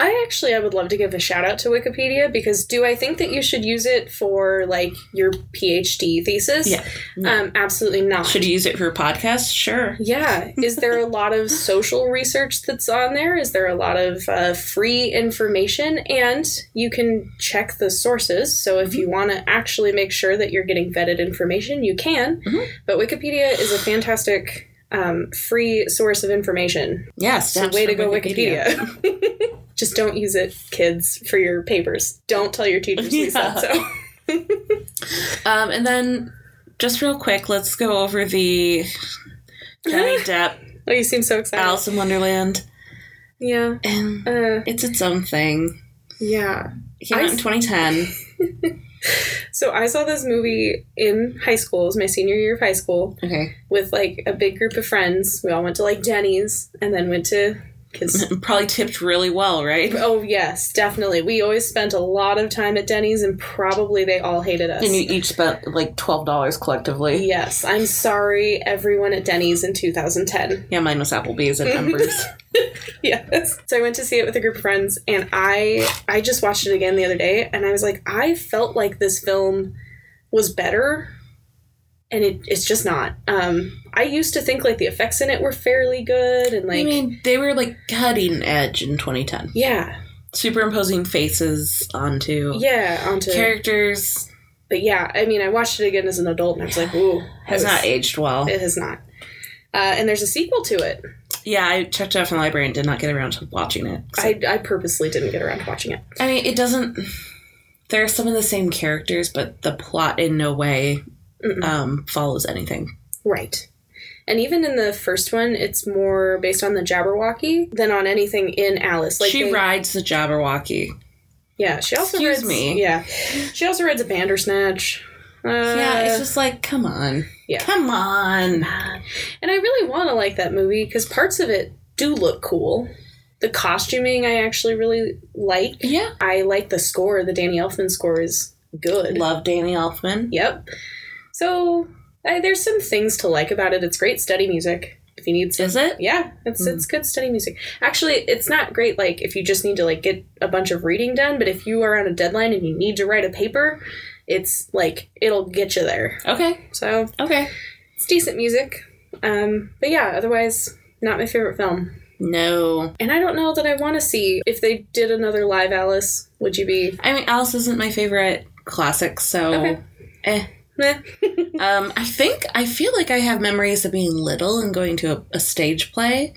Speaker 3: I actually I would love to give a shout out to Wikipedia because do I think that you should use it for like your PhD thesis?
Speaker 2: Yeah.
Speaker 3: Um, absolutely not.
Speaker 2: Should you use it for your podcast? Sure.
Speaker 3: yeah. Is there a lot of social research that's on there? Is there a lot of uh, free information? And you can check the sources. So
Speaker 2: Mm-hmm.
Speaker 3: if you want to actually make sure that you're getting vetted information, you can.
Speaker 2: Mhm.
Speaker 3: But Wikipedia is a fantastic um, free source of information.
Speaker 2: Yes.
Speaker 3: So
Speaker 2: that's
Speaker 3: way to
Speaker 2: from
Speaker 3: go, Wikipedia. [LAUGHS] Just don't use it, kids, for your papers. Don't tell your teachers we said
Speaker 2: Yeah.
Speaker 3: so. [LAUGHS]
Speaker 2: Um, and then, just real quick, let's go over the [LAUGHS] Johnny Depp,
Speaker 3: Oh, you seem so excited.
Speaker 2: Alice in Wonderland,
Speaker 3: Yeah.
Speaker 2: and
Speaker 3: Uh,
Speaker 2: it's its own thing.
Speaker 3: yeah.
Speaker 2: It came out in 2010.
Speaker 3: So I saw this movie in high school. It was my senior year of high school
Speaker 2: Okay,
Speaker 3: with like a big group of friends. We all went to like Denny's and then went to
Speaker 2: [LAUGHS]
Speaker 3: because
Speaker 2: probably tipped really well, right?
Speaker 3: oh yes, definitely. We always spent a lot of time at Denny's and probably they all hated us.
Speaker 2: And you each spent like twelve dollars collectively.
Speaker 3: Yes, I'm sorry, everyone at Denny's in 2010.
Speaker 2: Yeah, mine was Applebee's [LAUGHS] and Embers.
Speaker 3: [LAUGHS] yes. So I went to see it with a group of friends, and I I just watched it again the other day, and I was like, I felt like this film was better, and it, it's just not. Um, I used to think like the effects in it were fairly good, and like
Speaker 2: I mean, they were like cutting edge in 2010,
Speaker 3: yeah,
Speaker 2: superimposing faces onto
Speaker 3: yeah, onto
Speaker 2: characters.
Speaker 3: but yeah, I mean, I watched it again as an adult, and I was like, ooh,
Speaker 2: Has
Speaker 3: that
Speaker 2: not
Speaker 3: was-
Speaker 2: aged well.
Speaker 3: It has not. Uh, and there's a sequel to it.
Speaker 2: Yeah, I checked out from the library and did not get around to watching it. So-
Speaker 3: I, I purposely didn't get around to watching it.
Speaker 2: I mean, it doesn't. There are some of the same characters, but the plot in no way
Speaker 3: Mm-mm.
Speaker 2: um, follows anything.
Speaker 3: Right. And even in the first one, it's more based on the Jabberwocky than on anything in Alice. Like
Speaker 2: she
Speaker 3: they-
Speaker 2: rides the Jabberwocky.
Speaker 3: Yeah, she also
Speaker 2: Excuse
Speaker 3: rides,
Speaker 2: me.
Speaker 3: Yeah, she also rides a Bandersnatch. Uh,
Speaker 2: yeah, it's just like, come on,
Speaker 3: yeah.
Speaker 2: come on.
Speaker 3: and I really want to like that movie because parts of it do look cool. The costuming I actually really like.
Speaker 2: Yeah.
Speaker 3: I like the score. The Danny Elfman score is good.
Speaker 2: Love Danny Elfman.
Speaker 3: Yep. So I, there's some things to like about it. It's great study music. If you need some,
Speaker 2: Is it?
Speaker 3: yeah, it's
Speaker 2: Mm.
Speaker 3: it's good study music. Actually, it's not great. Like if you just need to like get a bunch of reading done, but if you are on a deadline and you need to write a paper, it's like it'll get you there.
Speaker 2: Okay.
Speaker 3: So
Speaker 2: Okay.
Speaker 3: it's decent music. Um, but yeah, otherwise not my favorite film.
Speaker 2: No.
Speaker 3: And I don't know that I want to see if they did another live Alice. Would you be?
Speaker 2: I mean, Alice isn't my favorite classic, so.
Speaker 3: Okay. [LAUGHS]
Speaker 2: Eh.
Speaker 3: Meh.
Speaker 2: Um, I think I feel like I have memories of being little and going to a, a stage play,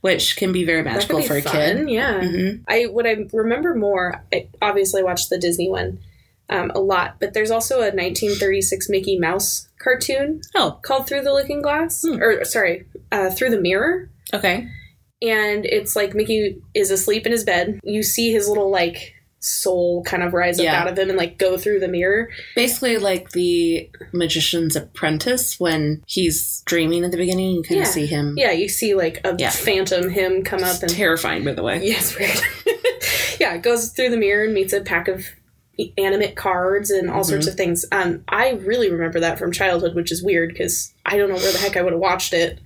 Speaker 2: which can be very
Speaker 3: That could
Speaker 2: magical
Speaker 3: be
Speaker 2: for a
Speaker 3: fun,
Speaker 2: kid.
Speaker 3: Yeah.
Speaker 2: Mhm.
Speaker 3: I what I remember more. I obviously watched the Disney one um, a lot, but there's also a 1936 Mickey Mouse cartoon
Speaker 2: Oh,
Speaker 3: called Through the Looking Glass,
Speaker 2: Hmm.
Speaker 3: or sorry, uh, Through the Mirror.
Speaker 2: okay.
Speaker 3: And it's like Mickey is asleep in his bed. You see his little like soul kind of rise
Speaker 2: Yeah.
Speaker 3: up out of him and like go through the mirror.
Speaker 2: Basically, like the magician's apprentice when he's dreaming at the beginning, you kind
Speaker 3: Yeah.
Speaker 2: of see him.
Speaker 3: Yeah, you see like a
Speaker 2: Hmm. Yeah.
Speaker 3: phantom him come
Speaker 2: It's
Speaker 3: up and
Speaker 2: terrifying, by the way.
Speaker 3: [LAUGHS] Yes, weird. [LAUGHS] yeah, it goes through the mirror and meets a pack of animate cards and all
Speaker 2: Mm-hmm.
Speaker 3: sorts of things. Um, I really remember that from childhood, which is weird because I don't know where the heck I would have watched it.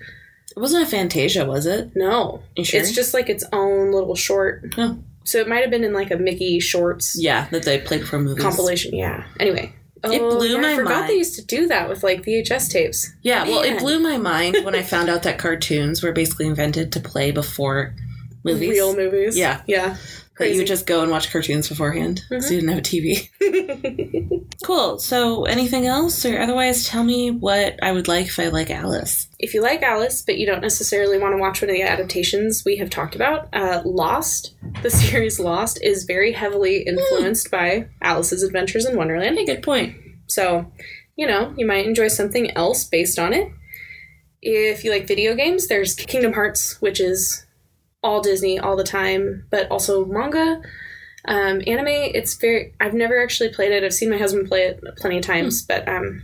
Speaker 2: It wasn't a Fantasia, was it?
Speaker 3: No,
Speaker 2: You sure?
Speaker 3: it's just like its own little short.
Speaker 2: Oh.
Speaker 3: So it might have been in like a Mickey Shorts
Speaker 2: yeah, that they played for movies.
Speaker 3: compilation. Yeah. Anyway. Oh,
Speaker 2: It blew my
Speaker 3: I forgot
Speaker 2: mind.
Speaker 3: they used to do that with like VHS tapes.
Speaker 2: Yeah, well, it
Speaker 3: Man.
Speaker 2: blew my mind when I found out that cartoons were basically invented to play before movies.
Speaker 3: Real movies.
Speaker 2: Yeah. That
Speaker 3: Yeah.
Speaker 2: you
Speaker 3: Crazy. Mm-hmm.
Speaker 2: would just go and watch cartoons beforehand because you didn't have a TV.
Speaker 3: [LAUGHS]
Speaker 2: cool. So, anything else, or otherwise, tell me what I would like if I like Alice.
Speaker 3: if you like Alice, but you don't necessarily want to watch one of the adaptations we have talked about, uh, Lost, the [LAUGHS] series Lost, is very heavily influenced by Alice's Adventures in Wonderland.
Speaker 2: Hey, good point.
Speaker 3: So, you know, you might enjoy something else based on it. If you like video games, there's Kingdom Hearts, which is all Disney all the time, but also manga, um, anime. It's very. I've never actually played it. I've seen my husband play it plenty of times, but um,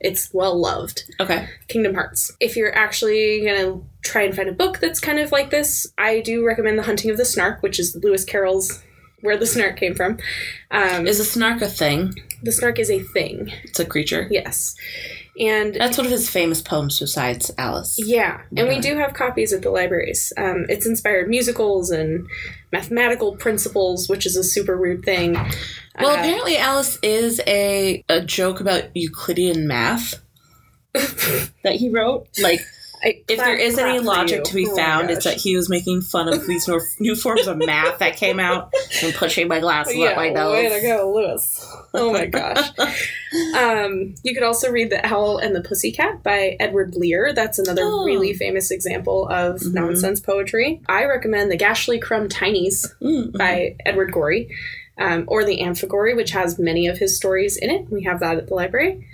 Speaker 3: it's well loved.
Speaker 2: Okay.
Speaker 3: Kingdom Hearts. If you're actually gonna try and find a book that's kind of like this, I do recommend The Hunting of the Snark, which is Lewis Carroll's where the snark came from. Um,
Speaker 2: Is a snark a thing?
Speaker 3: the snark is a thing,
Speaker 2: It's a creature.
Speaker 3: yes, and
Speaker 2: That's one of his famous poems besides Alice.
Speaker 3: yeah, and we do have copies at the libraries. Um, it's inspired musicals and mathematical principles, which is a super weird thing.
Speaker 2: Well,
Speaker 3: Uh,
Speaker 2: apparently, Alice is a, a joke about Euclidean
Speaker 3: [LAUGHS]
Speaker 2: math that he wrote. Like,
Speaker 3: I
Speaker 2: if there
Speaker 3: clap-
Speaker 2: is any
Speaker 3: clap for
Speaker 2: logic
Speaker 3: you.
Speaker 2: to be
Speaker 3: Oh my
Speaker 2: found, it's
Speaker 3: gosh.
Speaker 2: that he was making fun of these
Speaker 3: [LAUGHS]
Speaker 2: nor- new forms of math that came out and pushing my glasses
Speaker 3: yeah,
Speaker 2: up my nose.
Speaker 3: way to go, Lewis. Oh
Speaker 2: [LAUGHS]
Speaker 3: my gosh. um, you could also read The Owl and the Pussycat by Edward Lear. That's another
Speaker 2: Oh.
Speaker 3: really famous example of
Speaker 2: Mhm.
Speaker 3: nonsense poetry. I recommend The Gashly Crumb Tinies
Speaker 2: Mm, mm.
Speaker 3: by Edward Gorey um, or The Amphigory, which has many of his stories in it. We have that at the library.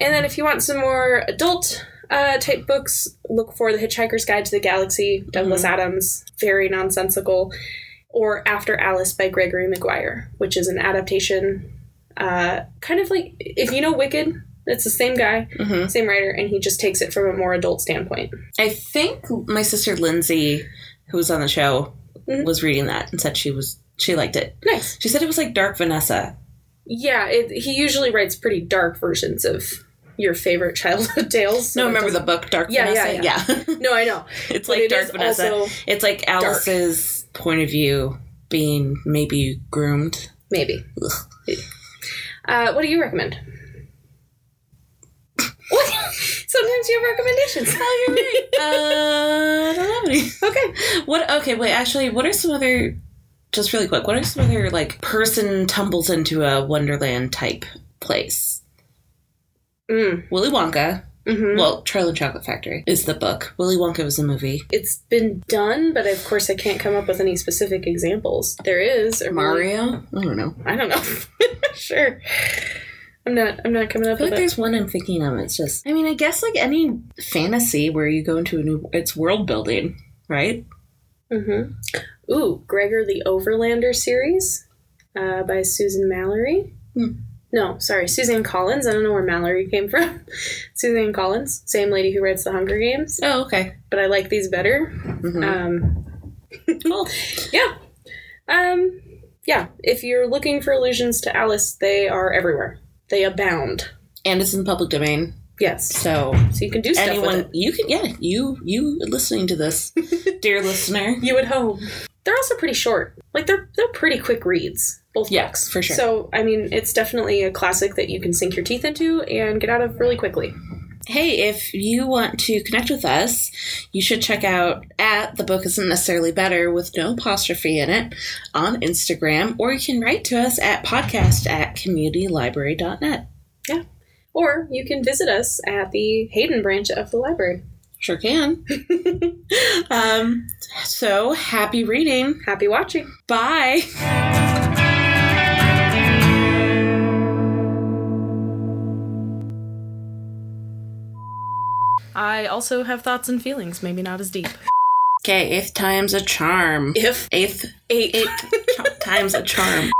Speaker 3: And then if you want some more adult uh, type books, look for The Hitchhiker's Guide to the Galaxy, Douglas Adams, very nonsensical, or After Alice by Gregory Maguire, which is an adaptation uh, kind of like if you know Wicked. It's the same guy,
Speaker 2: Mhm.
Speaker 3: same writer, and he just takes it from a more adult standpoint.
Speaker 2: I think my sister Lindsay, who was on the show,
Speaker 3: Mhm.
Speaker 2: was reading that and said she was she liked it.
Speaker 3: Nice.
Speaker 2: She said it was like Dark Vanessa.
Speaker 3: Yeah, it, he usually writes pretty dark versions of your favorite [LAUGHS] childhood tales. so
Speaker 2: no,
Speaker 3: it
Speaker 2: remember the
Speaker 3: doesn't-
Speaker 2: book Dark
Speaker 3: Yeah, yeah,
Speaker 2: Vanessa? Yeah, [LAUGHS]
Speaker 3: No, I know.
Speaker 2: it's
Speaker 3: But
Speaker 2: like
Speaker 3: it
Speaker 2: Dark
Speaker 3: is
Speaker 2: Vanessa.
Speaker 3: also-
Speaker 2: it's like Alice's point of view being maybe [LAUGHS] groomed.
Speaker 3: Maybe.
Speaker 2: Ugh.
Speaker 3: Uh, what do you recommend? What? [LAUGHS] Sometimes you
Speaker 2: [LAUGHS]
Speaker 3: have recommendations. Oh, you're right.
Speaker 2: uh, I don't have any.
Speaker 3: okay.
Speaker 2: What? Okay, wait. Actually, what are some other? Just really quick. What are some other like person tumbles into a Wonderland type place?
Speaker 3: Mm,
Speaker 2: Willy Wonka.
Speaker 3: mhm.
Speaker 2: Well, Charlie and Chocolate Factory is the book. Willy Wonka was the movie.
Speaker 3: It's been done, but of course I can't come up with any specific examples. There is or
Speaker 2: Mario. I don't know.
Speaker 3: I don't know. [LAUGHS] sure. I'm not. I'm not coming
Speaker 2: I
Speaker 3: up
Speaker 2: feel
Speaker 3: with
Speaker 2: like
Speaker 3: it.
Speaker 2: there's one I'm thinking of. It's just. I mean, I guess like any fantasy where you go into a new, it's world building, right?
Speaker 3: hmm Ooh, Gregor the Overlander series uh, by Susan Mallory.
Speaker 2: Hmm.
Speaker 3: No, sorry, Suzanne Collins. I don't know where Mallory came [LAUGHS] from. Suzanne Collins, same lady who writes The Hunger Games,
Speaker 2: Oh, okay.
Speaker 3: but I like these better.
Speaker 2: hmm
Speaker 3: Um,
Speaker 2: Cool.
Speaker 3: Yeah. Um, yeah. If you're looking for allusions to Alice, they are everywhere. They abound.
Speaker 2: And it's in the public domain.
Speaker 3: Yes.
Speaker 2: So
Speaker 3: So you can do stuff with
Speaker 2: anyone
Speaker 3: it.
Speaker 2: you can yeah, you you listening to [LAUGHS] this, dear listener.
Speaker 3: You at home. They're also pretty short. Like they're they're pretty quick reads. Both
Speaker 2: Yeah,
Speaker 3: books
Speaker 2: for sure.
Speaker 3: So I mean, it's definitely a classic that you can sink your teeth into and get out of really quickly.
Speaker 2: Hey, if you want to connect with us, you should check out at the book isn't necessarily better with no apostrophe in it on Instagram, or you can write to us at podcast at communitylibrary.net.
Speaker 3: Or you can visit us at the Hayden branch of the library.
Speaker 2: Sure [LAUGHS] can. um, so happy reading.
Speaker 3: Happy watching.
Speaker 2: Bye.
Speaker 4: I also have thoughts and feelings, maybe not as deep.
Speaker 2: Okay, eighth time's a charm.
Speaker 3: If
Speaker 2: Eighth, [LAUGHS]
Speaker 3: [LAUGHS]
Speaker 2: eighth, eighth time's a charm.